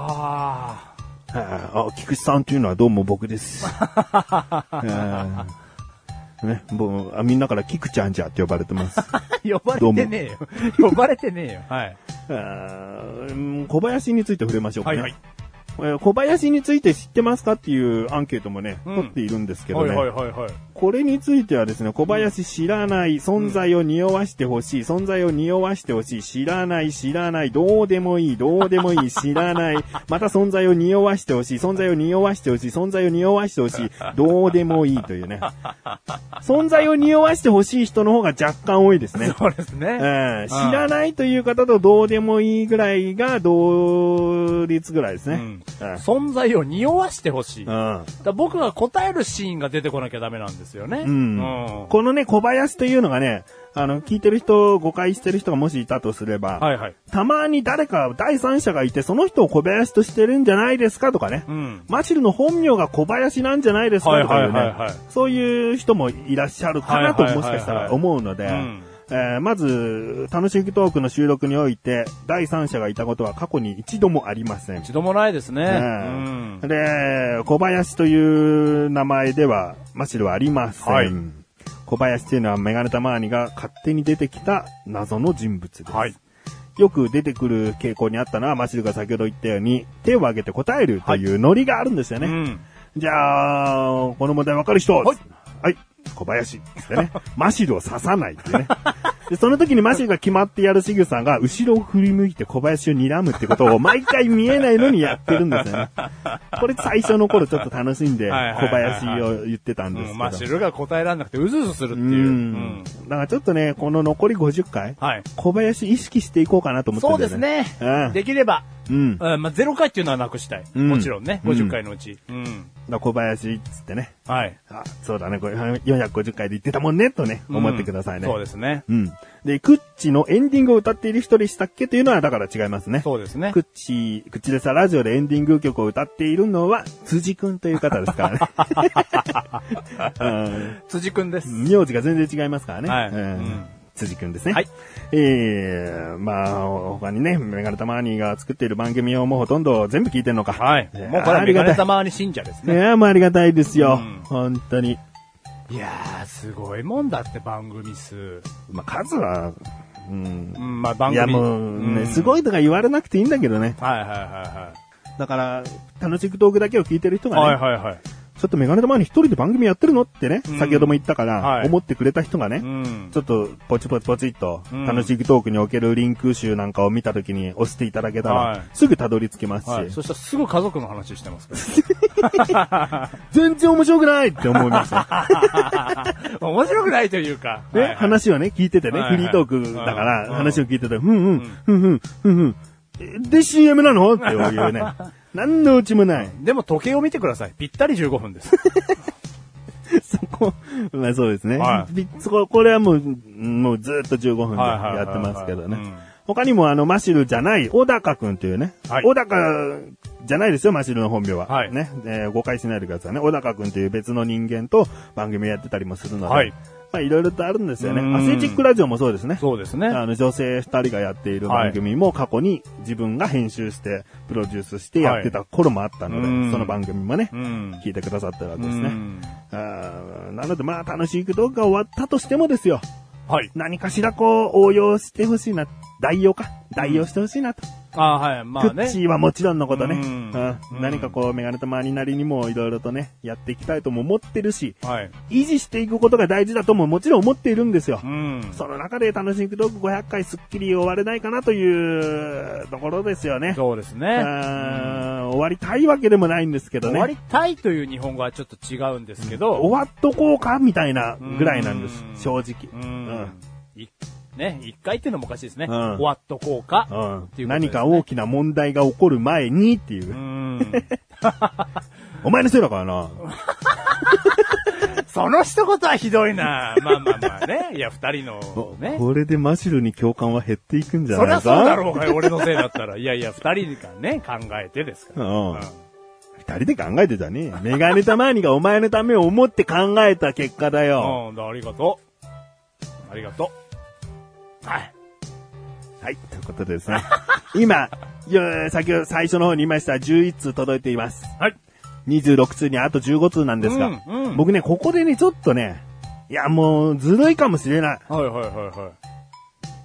Speaker 1: あ
Speaker 2: あ、菊池さんというのはどうも僕です。 (laughs) あーね、もうあみんなから菊ちゃんじゃって呼ばれてます。あ
Speaker 1: ー呼ばれてねえよ。呼ばれてねえよ。はい。
Speaker 2: ーうん小林について触れましょうかね。
Speaker 1: はいはい
Speaker 2: えー小林について知ってますかっていうアンケートもね、
Speaker 1: うん
Speaker 2: 取っているんですけど
Speaker 1: はい
Speaker 2: ね、
Speaker 1: はいはいはい。
Speaker 2: これについてはですね、小林知らない、存在を匂わしてほしい、存在を匂わしてほしい、知らない、知らない、どうでもいい、どうでも
Speaker 1: (laughs)
Speaker 2: いい、知らない、また存在を匂わしてほしい、存在を匂わしてほしい、存在を匂わしてほしい、どうでもいいという
Speaker 1: (laughs)
Speaker 2: ね。存在を匂わしてほしい人の方が若干多いですね。
Speaker 1: そうですね。
Speaker 2: うん知らないという方とどうでもいいぐらいが同率ぐらいです
Speaker 1: う
Speaker 2: ね。
Speaker 1: ん
Speaker 2: うん
Speaker 1: 存在を匂わしてほしい。だか
Speaker 2: うん
Speaker 1: ら僕が答えるシーンが出てこなきゃダメなんですよね。
Speaker 2: うん
Speaker 1: うん
Speaker 2: このね、小林というのがね、あの、聞いてる人、誤解してる人がもしいたとすれば、
Speaker 1: はいはい。
Speaker 2: たまに誰か第三者がいて、その人を小林としてるんじゃないですかとかね、
Speaker 1: うん。
Speaker 2: マシルの本名が小林なんじゃないですかとかいうね、
Speaker 1: はいはいはいはい
Speaker 2: そういう人もいらっしゃるかなと
Speaker 1: はいはい
Speaker 2: も
Speaker 1: は
Speaker 2: し
Speaker 1: いはい
Speaker 2: かしたら思うので、
Speaker 1: うん
Speaker 2: えーまず、楽しくトークの収録において、第三者がいたことは過去に一度もありません。
Speaker 1: 一度もないですね。
Speaker 2: ね
Speaker 1: うん
Speaker 2: えで、小林という名前では、マシルはありません。
Speaker 1: はい
Speaker 2: 小林というのはメガネタマーニが勝手に出てきた謎の人物です。
Speaker 1: はい
Speaker 2: よく出てくる傾向にあったのは、マシルが先ほど言ったように、手を挙げて答えるというノリがあるんですよね。
Speaker 1: うん
Speaker 2: じゃあ、この問題わかる人
Speaker 1: はい
Speaker 2: はい、小林。ってね。 (laughs) マシルを刺さないっていうね。で、その時にマシルが決まってやる仕草が、後ろを振り向いて小林を睨むってことを毎回見えないのにやってるんですよね。これ最初の頃ちょっと楽しんで、小
Speaker 1: はいはいはいはい
Speaker 2: 林を言ってたんです
Speaker 1: う
Speaker 2: け
Speaker 1: ん。
Speaker 2: ど。
Speaker 1: まあ、知るが答えられなくてうずうずするっていうう。
Speaker 2: ん
Speaker 1: うん。
Speaker 2: だからちょっとね、この残り50回、
Speaker 1: はい。
Speaker 2: 小林意識していこうかなと思ってる
Speaker 1: そうん
Speaker 2: だ
Speaker 1: で
Speaker 2: よ
Speaker 1: すね
Speaker 2: うん。
Speaker 1: できれば、
Speaker 2: うん。
Speaker 1: うんまあ、0回っていうのはなくしたい。
Speaker 2: うん
Speaker 1: もちろんね、
Speaker 2: うん
Speaker 1: 50回のうち。うん。
Speaker 2: だから小林っつってね。
Speaker 1: はい。
Speaker 2: あ、そうだね、これ450回で言ってたもんね、とね、思ってくださいね。
Speaker 1: うんそうですね。
Speaker 2: うん。で、クッチのエンディングを歌っている人でしたっけというのはだから違いますね。
Speaker 1: そうですね。
Speaker 2: クッチ、クッチでさ、ラジオでエンディング曲を歌っているのは、辻くんという方ですから
Speaker 1: (laughs)
Speaker 2: ね。
Speaker 1: 辻くんです。
Speaker 2: うん名字が全然違いますからね。
Speaker 1: はい
Speaker 2: うん
Speaker 1: うん
Speaker 2: 辻くんですね。
Speaker 1: はい。
Speaker 2: えー、まあ、他にね、メガネタマーニーが作っている番組をもうほとんど全部聞いてるのか。
Speaker 1: はい。
Speaker 2: えー
Speaker 1: もうこれ
Speaker 2: あ
Speaker 1: は
Speaker 2: りが
Speaker 1: メガ
Speaker 2: た
Speaker 1: ネ
Speaker 2: い。
Speaker 1: たまに信者です
Speaker 2: ね
Speaker 1: ね。
Speaker 2: え、もうありがたいですよ。
Speaker 1: うん
Speaker 2: 本当に。
Speaker 1: いやー、すごいもんだって番組数。
Speaker 2: まあ、数は、うん
Speaker 1: う。ん、まあ番
Speaker 2: い
Speaker 1: 組。
Speaker 2: やもうね、
Speaker 1: ん
Speaker 2: すごいとか言われなくていいんだけどね。
Speaker 1: はいはいは
Speaker 2: だから、楽しくトークだけを聞いてる人
Speaker 1: い
Speaker 2: がね、
Speaker 1: はい。はいはいはい。
Speaker 2: ちょっとメガネの前に一人で番組やってるのってね、
Speaker 1: うん
Speaker 2: 先ほども言ったから、
Speaker 1: はい
Speaker 2: 思ってくれた人がね、
Speaker 1: うん。
Speaker 2: ちょっとポチポチポチっと、
Speaker 1: うん
Speaker 2: 楽しくトークにおけるリンク集なんかを見た時に押していただけたら、
Speaker 1: はい
Speaker 2: すぐたどり着けますし、
Speaker 1: はい。そしたらすぐ家族の話してますか
Speaker 2: 全然面白くないって
Speaker 1: (laughs)
Speaker 2: 思いました。
Speaker 1: ら。 (laughs) 面白くないというか。
Speaker 2: ね、
Speaker 1: はいはい
Speaker 2: 話をね、聞いててね、
Speaker 1: はいはい
Speaker 2: フリートークだから、
Speaker 1: うん
Speaker 2: 話を聞いてて、ふんふん、ふんふん、ふんふん、で CM なのっていう
Speaker 1: (laughs)
Speaker 2: ね、何のうちもない。
Speaker 1: でも時計を見てください。ぴったり15分です。
Speaker 2: (laughs) そこ、まあそうですね。
Speaker 1: はい
Speaker 2: びそこ、これはもう、もうずっと15分で
Speaker 1: はいはいはいは
Speaker 2: や
Speaker 1: い
Speaker 2: ってますけど
Speaker 1: うん
Speaker 2: ね。他にもあの、マシルじゃない、小高くんというね。
Speaker 1: はい
Speaker 2: 小高じゃないですよ、マシルの本名は。
Speaker 1: はい
Speaker 2: ね、えー誤解しないでくださいね。小高くんという別の人間と番組をやってたりもするので。
Speaker 1: はい
Speaker 2: まあいろいろとあるんですよね。
Speaker 1: うん
Speaker 2: アスレチックラジオもそうですね。
Speaker 1: そうですね。
Speaker 2: あの、女性二人がやっている番組も過去に自分が編集して、プロデュースしてやってた頃もあったので、
Speaker 1: はいうん
Speaker 2: その番組もね、
Speaker 1: うん。
Speaker 2: 聞いてくださったわけです
Speaker 1: う
Speaker 2: ね。
Speaker 1: ん
Speaker 2: あーなのでまあ楽しい動画が終わったとしてもですよ。
Speaker 1: はい。
Speaker 2: 何かしらこう応用してほしいな。代用か。代用してほしいなと。
Speaker 1: あーはい。まあ
Speaker 2: クッチ
Speaker 1: ね。
Speaker 2: ーはもちろんのことね。
Speaker 1: うん
Speaker 2: うん
Speaker 1: うん
Speaker 2: 何かこうメガネと周りなりにもいろいろとね、やっていきたいとも思ってるし、
Speaker 1: はい。
Speaker 2: 維持していくことが大事だとももちろん思っているんですよ
Speaker 1: う。ん。
Speaker 2: その中で楽しい動画500回スッキリ終われないかなというところですよね。
Speaker 1: そうです
Speaker 2: う
Speaker 1: ね。
Speaker 2: ん終わりたいわけでもないんですけどね。
Speaker 1: 終わりたいという日本語はちょっと違うんですけど、
Speaker 2: 終わっとこうかみたいなぐらいなんです
Speaker 1: う。ん
Speaker 2: 正直。
Speaker 1: う
Speaker 2: うん
Speaker 1: ん。いね、一回っていうのもおかしいですね。
Speaker 2: うん
Speaker 1: 終わっとこうか。っていうことですね
Speaker 2: 何か大きな問題が起こる前にっていうう。
Speaker 1: ん。
Speaker 2: お前のせいだからな。
Speaker 1: その一言はひどいな。 (laughs) まあまあまあね。いや、二人のね。
Speaker 2: これでマシュルに共感は減っていくんじゃ
Speaker 1: そり
Speaker 2: ない
Speaker 1: ゃ
Speaker 2: か
Speaker 1: そうだろうがよ、俺のせいだったら。いやいや、二人がね、考えてですから。
Speaker 2: うん
Speaker 1: うん
Speaker 2: 二人で考えてたねえ。メガネたまにがお前のためを思って考えた結果だよ。
Speaker 1: うん、だありがとう。ありがとう。はい。
Speaker 2: はい、ということでですね。 (laughs) 今、いや先ほど最初の方に言いました11通届いています。
Speaker 1: はい。
Speaker 2: 26通にあと15通なんですが、
Speaker 1: うんうん
Speaker 2: 僕ね、ここでね、ちょっとね、いや、もう、ずるいかもしれない。
Speaker 1: はいはいはいはい。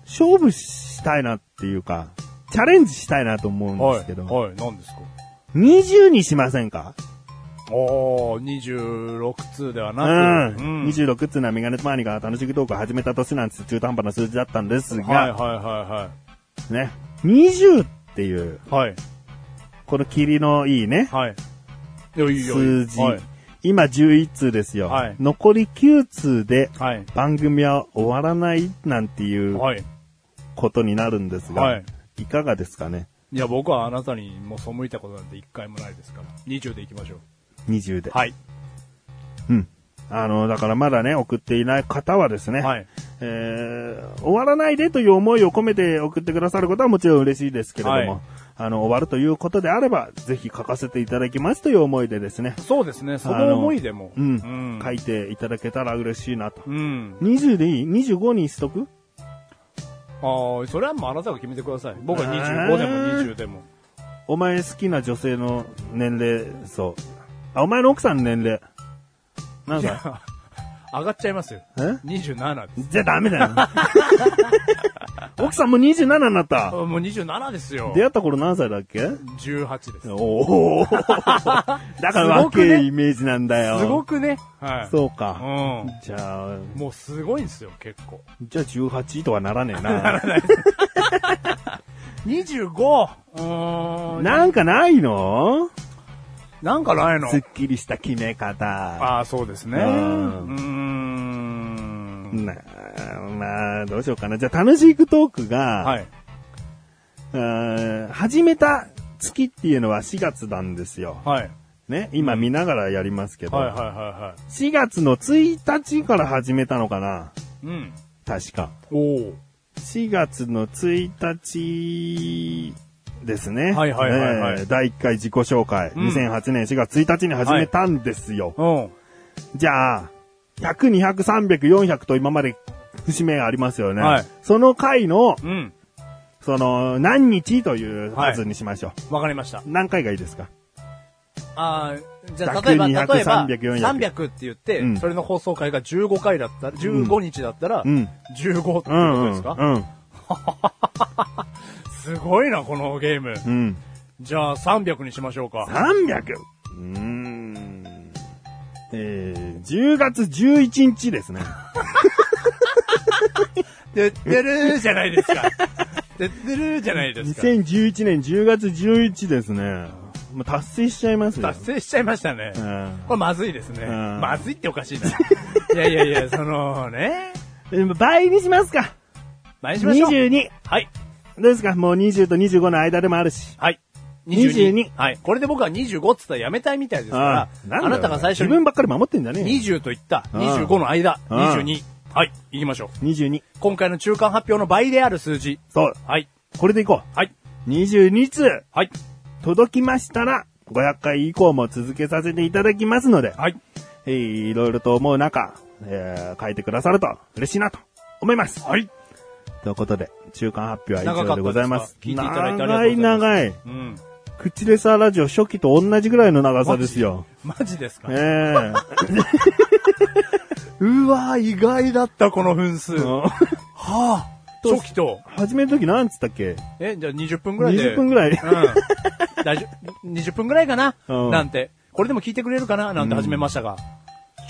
Speaker 2: 勝負したいなっていうか、チャレンジしたいなと思うんですけど、
Speaker 1: はい、はい、何ですか
Speaker 2: 20にしませんか
Speaker 1: おー、26通では
Speaker 2: う
Speaker 1: なく、
Speaker 2: ん。26っつうのはメガネとマーニが楽しくトークを始めた年なんて中途半端な数字だったんですが、
Speaker 1: はいはいは
Speaker 2: ね。20っていう、
Speaker 1: いはい。はい。
Speaker 2: この霧のいいね、
Speaker 1: はい。いやいいよ
Speaker 2: 数字。
Speaker 1: はい。
Speaker 2: 今11通ですよ。
Speaker 1: はい
Speaker 2: 残り9通で
Speaker 1: はい。
Speaker 2: 番組は終わらないなんていう
Speaker 1: はい。
Speaker 2: ことになるんですが、
Speaker 1: はい
Speaker 2: い、かがですかね
Speaker 1: いや、僕はあなたにもう背いたことなんて一回もないですから。20でいきましょう。
Speaker 2: ?20 で。
Speaker 1: はい。
Speaker 2: うん。あの、だからまだね、送っていない方はですね、
Speaker 1: はい。
Speaker 2: えー終わらないでという思いを込めて送ってくださることはもちろん嬉しいですけれども、
Speaker 1: はい
Speaker 2: あの、終わるということであれば、ぜひ書かせていただきますという思いでですね、
Speaker 1: そうですね、その思いでも。
Speaker 2: うん、
Speaker 1: うん。
Speaker 2: 書いていただけたら嬉しいなと。
Speaker 1: うん。
Speaker 2: 20でいい ?25 にしとく
Speaker 1: ああ、それはもうあなたが決めてください。僕は25でも20でも。
Speaker 2: お前好きな女性の年齢、そう。あ、お前の奥さんの年齢。なん
Speaker 1: い
Speaker 2: か、
Speaker 1: や、上がっちゃいますよ。
Speaker 2: え
Speaker 1: 27です。
Speaker 2: じゃあダメだよ。
Speaker 1: (laughs)
Speaker 2: 奥さんもう27になった。
Speaker 1: あもう27ですよ。
Speaker 2: 出会った頃何歳だっけ
Speaker 1: 18です。
Speaker 2: おお。だから
Speaker 1: すご
Speaker 2: 若
Speaker 1: くね
Speaker 2: いイメージなんだよ。
Speaker 1: すごくね。はい。
Speaker 2: そう
Speaker 1: う
Speaker 2: か。
Speaker 1: ん。
Speaker 2: じゃあ、
Speaker 1: もうすごいんですよ、結構。
Speaker 2: じゃあ18とはならねえな。
Speaker 1: 25! うーん。
Speaker 2: なんかないの
Speaker 1: なんかないの
Speaker 2: すっきりした決め方。
Speaker 1: ああ、そうですね。う
Speaker 2: うん
Speaker 1: ーん。
Speaker 2: なまあ、どうしようかな。じゃあ、楽しいトークが、
Speaker 1: はい。
Speaker 2: うーん始めた月っていうのは4月なんですよ。
Speaker 1: はい。
Speaker 2: ね、今見ながらやりますけど、
Speaker 1: はいはいはいは。
Speaker 2: 4月の1日から始めたのかない
Speaker 1: うん。
Speaker 2: 確か。
Speaker 1: おお。
Speaker 2: 4月の1日ですね。
Speaker 1: はいはいはいはい
Speaker 2: ね第1回自己紹介、
Speaker 1: うん
Speaker 2: 2008年4月1日に始めたんですよ。
Speaker 1: うん。
Speaker 2: じゃあ、100、200、300、400と今まで節目がありますよね。
Speaker 1: はい
Speaker 2: その回の、
Speaker 1: うん。
Speaker 2: その、何日という数にしましょう。
Speaker 1: わかりました。
Speaker 2: 何回がいいですか
Speaker 1: ああ、じゃあ
Speaker 2: 100
Speaker 1: 例えば、例
Speaker 2: 200
Speaker 1: えば、
Speaker 2: 300 400
Speaker 1: 300って言って、
Speaker 2: うん
Speaker 1: それの放送回が15回だったら、15日だったら、
Speaker 2: うん。
Speaker 1: 15って
Speaker 2: う
Speaker 1: こと
Speaker 2: ん。
Speaker 1: ですか、
Speaker 2: うん。
Speaker 1: すごいな、このゲーム。
Speaker 2: うん。
Speaker 1: じゃあ、300にしましょうか。
Speaker 2: 300! うーん。えー、10月11日ですね。
Speaker 1: てってるーじゃないですか。 (laughs) てってるーじゃないですか。
Speaker 2: 2011年10月11日ですね。もう達成しちゃいますよ。
Speaker 1: 達成しちゃいましたね。
Speaker 2: うん
Speaker 1: これまずいですね。
Speaker 2: うん
Speaker 1: まずいっておかしいな。い (laughs) やいやいや、そのね、
Speaker 2: でも倍にしますか。
Speaker 1: 何しましょう。
Speaker 2: 22。
Speaker 1: はい。
Speaker 2: どうですかもう20と25の間でもあるし。
Speaker 1: はい。
Speaker 2: 22
Speaker 1: はい。これで僕は25っつったらやめたいみたいですから、
Speaker 2: んだよ
Speaker 1: あなたが最初
Speaker 2: 自
Speaker 1: に
Speaker 2: 分ばっかり守ってんだね。
Speaker 1: 20と言った
Speaker 2: うん
Speaker 1: 25の間、
Speaker 2: うん
Speaker 1: 22。はい。行きましょう。
Speaker 2: 22。
Speaker 1: 今回の中間発表の倍である数字。
Speaker 2: そう。
Speaker 1: はい。
Speaker 2: これでいこ
Speaker 1: はい。
Speaker 2: う。22通
Speaker 1: はい。
Speaker 2: 届きましたら、500回以降も続けさせていただきますので、
Speaker 1: はい。
Speaker 2: えーいろいろと思う中、えー書いてくださると嬉しいなと思います。
Speaker 1: はい。
Speaker 2: ということで、中間発表は以
Speaker 1: 長か
Speaker 2: 上
Speaker 1: っ
Speaker 2: で
Speaker 1: た
Speaker 2: ご
Speaker 1: で
Speaker 2: ざい
Speaker 1: すか
Speaker 2: ます。
Speaker 1: 聞いていただいてありがとうございます
Speaker 2: 長い長い。
Speaker 1: うん。
Speaker 2: クチレサーラジオ初期と同じぐらいの長さですよ。
Speaker 1: マジですか
Speaker 2: ええ
Speaker 1: (laughs) うわ意外だった、この分数。はあ。
Speaker 2: どう
Speaker 1: 初期と。
Speaker 2: 始めるときなんつったっけ
Speaker 1: え、じゃあ20分ぐらいで。
Speaker 2: ?20 分ぐらい。
Speaker 1: うん。大丈夫。20分ぐらいかな
Speaker 2: うん
Speaker 1: なんて。これでも聞いてくれるかななんて始めましたが。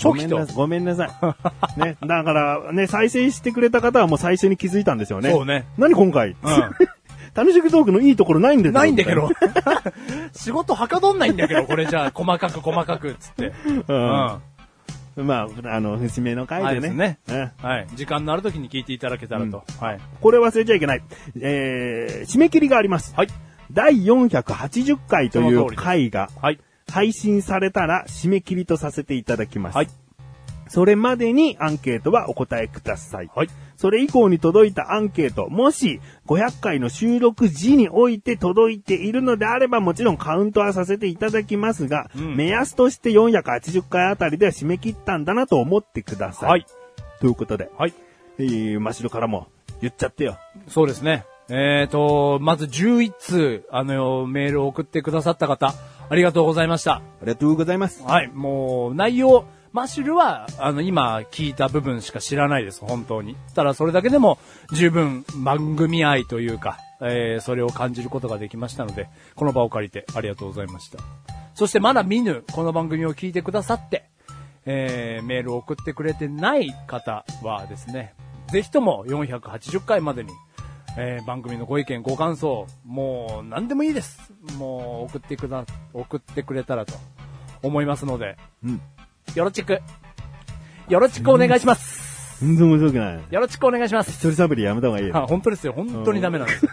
Speaker 2: ご
Speaker 1: 初
Speaker 2: め
Speaker 1: 期
Speaker 2: ん
Speaker 1: と。
Speaker 2: なさい。ごめんなさい。ね。だから、ね、再生してくれた方はもう最初に気づいたんでしょうね。
Speaker 1: そうね。
Speaker 2: 何今回、
Speaker 1: ん
Speaker 2: 楽しくトークのいいところないんだけど。
Speaker 1: ないんだけど。 (laughs) 仕事はかどんないんだけど、これじゃあ、細かく細かく、つって。
Speaker 2: う
Speaker 1: うん。
Speaker 2: ん。
Speaker 1: は
Speaker 2: まあ、あの、節目の回でね。
Speaker 1: はいです
Speaker 2: うん
Speaker 1: い。時間のある時に聞いていただけたらと。はい。
Speaker 2: これ忘れちゃいけない。えー、締め切りがあります。
Speaker 1: はい。
Speaker 2: 第480回とい
Speaker 1: その通
Speaker 2: う
Speaker 1: りです
Speaker 2: 回が
Speaker 1: はい。
Speaker 2: 配信されたら締め切りとさせていただきます。
Speaker 1: はい。
Speaker 2: それまでにアンケートはお答えください。
Speaker 1: はい。
Speaker 2: それ以降に届いたアンケート、もし500回の収録時において届いているのであればもちろんカウントはさせていただきますが、
Speaker 1: うん
Speaker 2: 目安として480回あたりでは締め切ったんだなと思ってください。
Speaker 1: はい。
Speaker 2: ということで、
Speaker 1: はい。
Speaker 2: えー、真っ白からも言っちゃってよ。
Speaker 1: そうですね。えーと、まず11通、あの、メールを送ってくださった方、ありがとうございました。
Speaker 2: ありがとうございます。
Speaker 1: はい、もう、内容、マシュルは、あの、今聞いた部分しか知らないです、本当に。ただ、それだけでも、十分、番組愛というか、えーそれを感じることができましたので、この場を借りてありがとうございました。そしてまだ見ぬ、この番組を聞いてくださって、えーメールを送ってくれてない方はですね、ぜひとも480回までに、えー番組のご意見、ご感想、もう何でもいいです。もう送ってくだ、送ってくれたらと思いますので、
Speaker 2: うん
Speaker 1: よろしく、よろしくお願いします。
Speaker 2: 全然面白くない。
Speaker 1: よろしくお願いします。
Speaker 2: 一人サブリやめた方がいい
Speaker 1: あ
Speaker 2: よ。
Speaker 1: 本当ですよ。本当にダメなんですよ。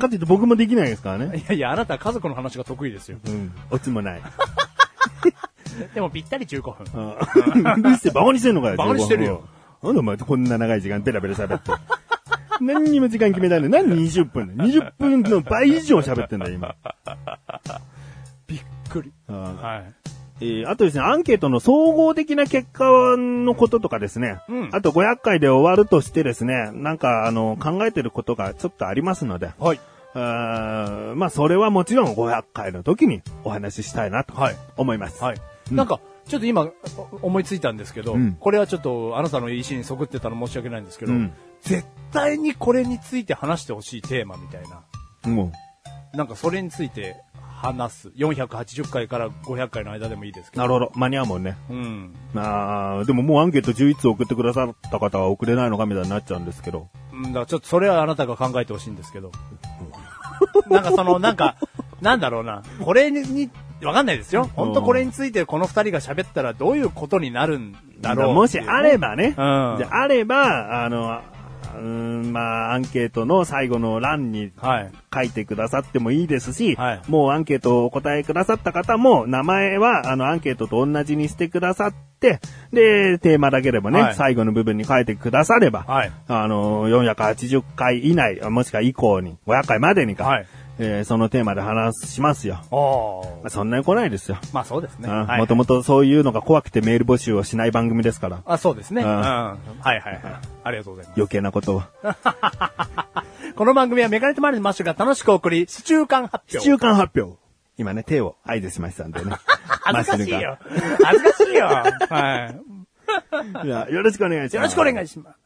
Speaker 2: かといって僕もできないですからね。
Speaker 1: いやいや、あなたは家族の話が得意ですよ。
Speaker 2: うん。オチもない。
Speaker 1: でもぴったり15分。
Speaker 2: うん。うるせえ、バカにしてんのかよ。
Speaker 1: バカにしてるよ
Speaker 2: 15分。なんでお前こんな長い時間ベラベラ喋 (laughs) って。何にも時間決めないのに何20分だよ ?20 分の倍以上喋ってんだよ、 (laughs) 今。
Speaker 1: びっくり。
Speaker 2: あ
Speaker 1: はい。
Speaker 2: えーあとですね、アンケートの総合的な結果のこととかですね、
Speaker 1: うん
Speaker 2: あと500回で終わるとしてですね、なんかあの、考えてることがちょっとありますので、
Speaker 1: はい。
Speaker 2: あーまあそれはもちろん500回の時にお話ししたいなと
Speaker 1: はい
Speaker 2: 思います。
Speaker 1: はい。
Speaker 2: うん
Speaker 1: なんか、ちょっと今、お思いついたんですけど、
Speaker 2: うん
Speaker 1: これはちょっと、あなたの意思に即ってたの申し訳ないんですけど、
Speaker 2: うん
Speaker 1: 絶対にこれについて話してほしいテーマみたいな。
Speaker 2: も
Speaker 1: なんか、それについて話す。480回から500回の間でもいいです
Speaker 2: う、
Speaker 1: けど。
Speaker 2: なるほど。間に合うもんね。
Speaker 1: うん。
Speaker 2: あーでももうアンケート11つ送ってくださった方は送れないのかみたいになっちゃうんですけど。
Speaker 1: うんだからちょっとそれはあなたが考えてほしいんですけど。なんかその、なんか、なんだろうな。これに、わかんないですよ。本当これについてこの二人が喋ったらどういうことになるんだろう。
Speaker 2: もしあればね、じ
Speaker 1: うん
Speaker 2: ゃああれば、あの、うーん、まあ、アンケートの最後の欄に
Speaker 1: はい。
Speaker 2: 書いてくださってもいいですし、
Speaker 1: はい
Speaker 2: もうアンケートをお答えくださった方も、名前はあのアンケートと同じにしてくださって、で、テーマだけでもね、
Speaker 1: はい
Speaker 2: 最後の部分に書いてくだされば、
Speaker 1: はい
Speaker 2: あの、480回以内、もしくは以降に、500回までにか、
Speaker 1: はい
Speaker 2: えーそのテーマで話しますよ。
Speaker 1: あ
Speaker 2: ま
Speaker 1: あ
Speaker 2: あ、。そんなに来ないですよ。
Speaker 1: まあそうですね。はい
Speaker 2: もともとそういうのが怖くてメール募集をしない番組ですから、
Speaker 1: あ、そうですね。
Speaker 2: う
Speaker 1: うんん。はいはいはい。ありがとうございます。
Speaker 2: 余計なことは。
Speaker 1: この番組はメガネとマリのマッシュが楽しくお送り、市中間発表。
Speaker 2: 市中間発表。今ね、手を合図しましたんでね。
Speaker 1: (laughs) 恥ずかしい
Speaker 2: マッシュルが
Speaker 1: よ。恥ずかしいよ。はい。
Speaker 2: いや、よろしくお願いします。
Speaker 1: (laughs) よろしくお願いします。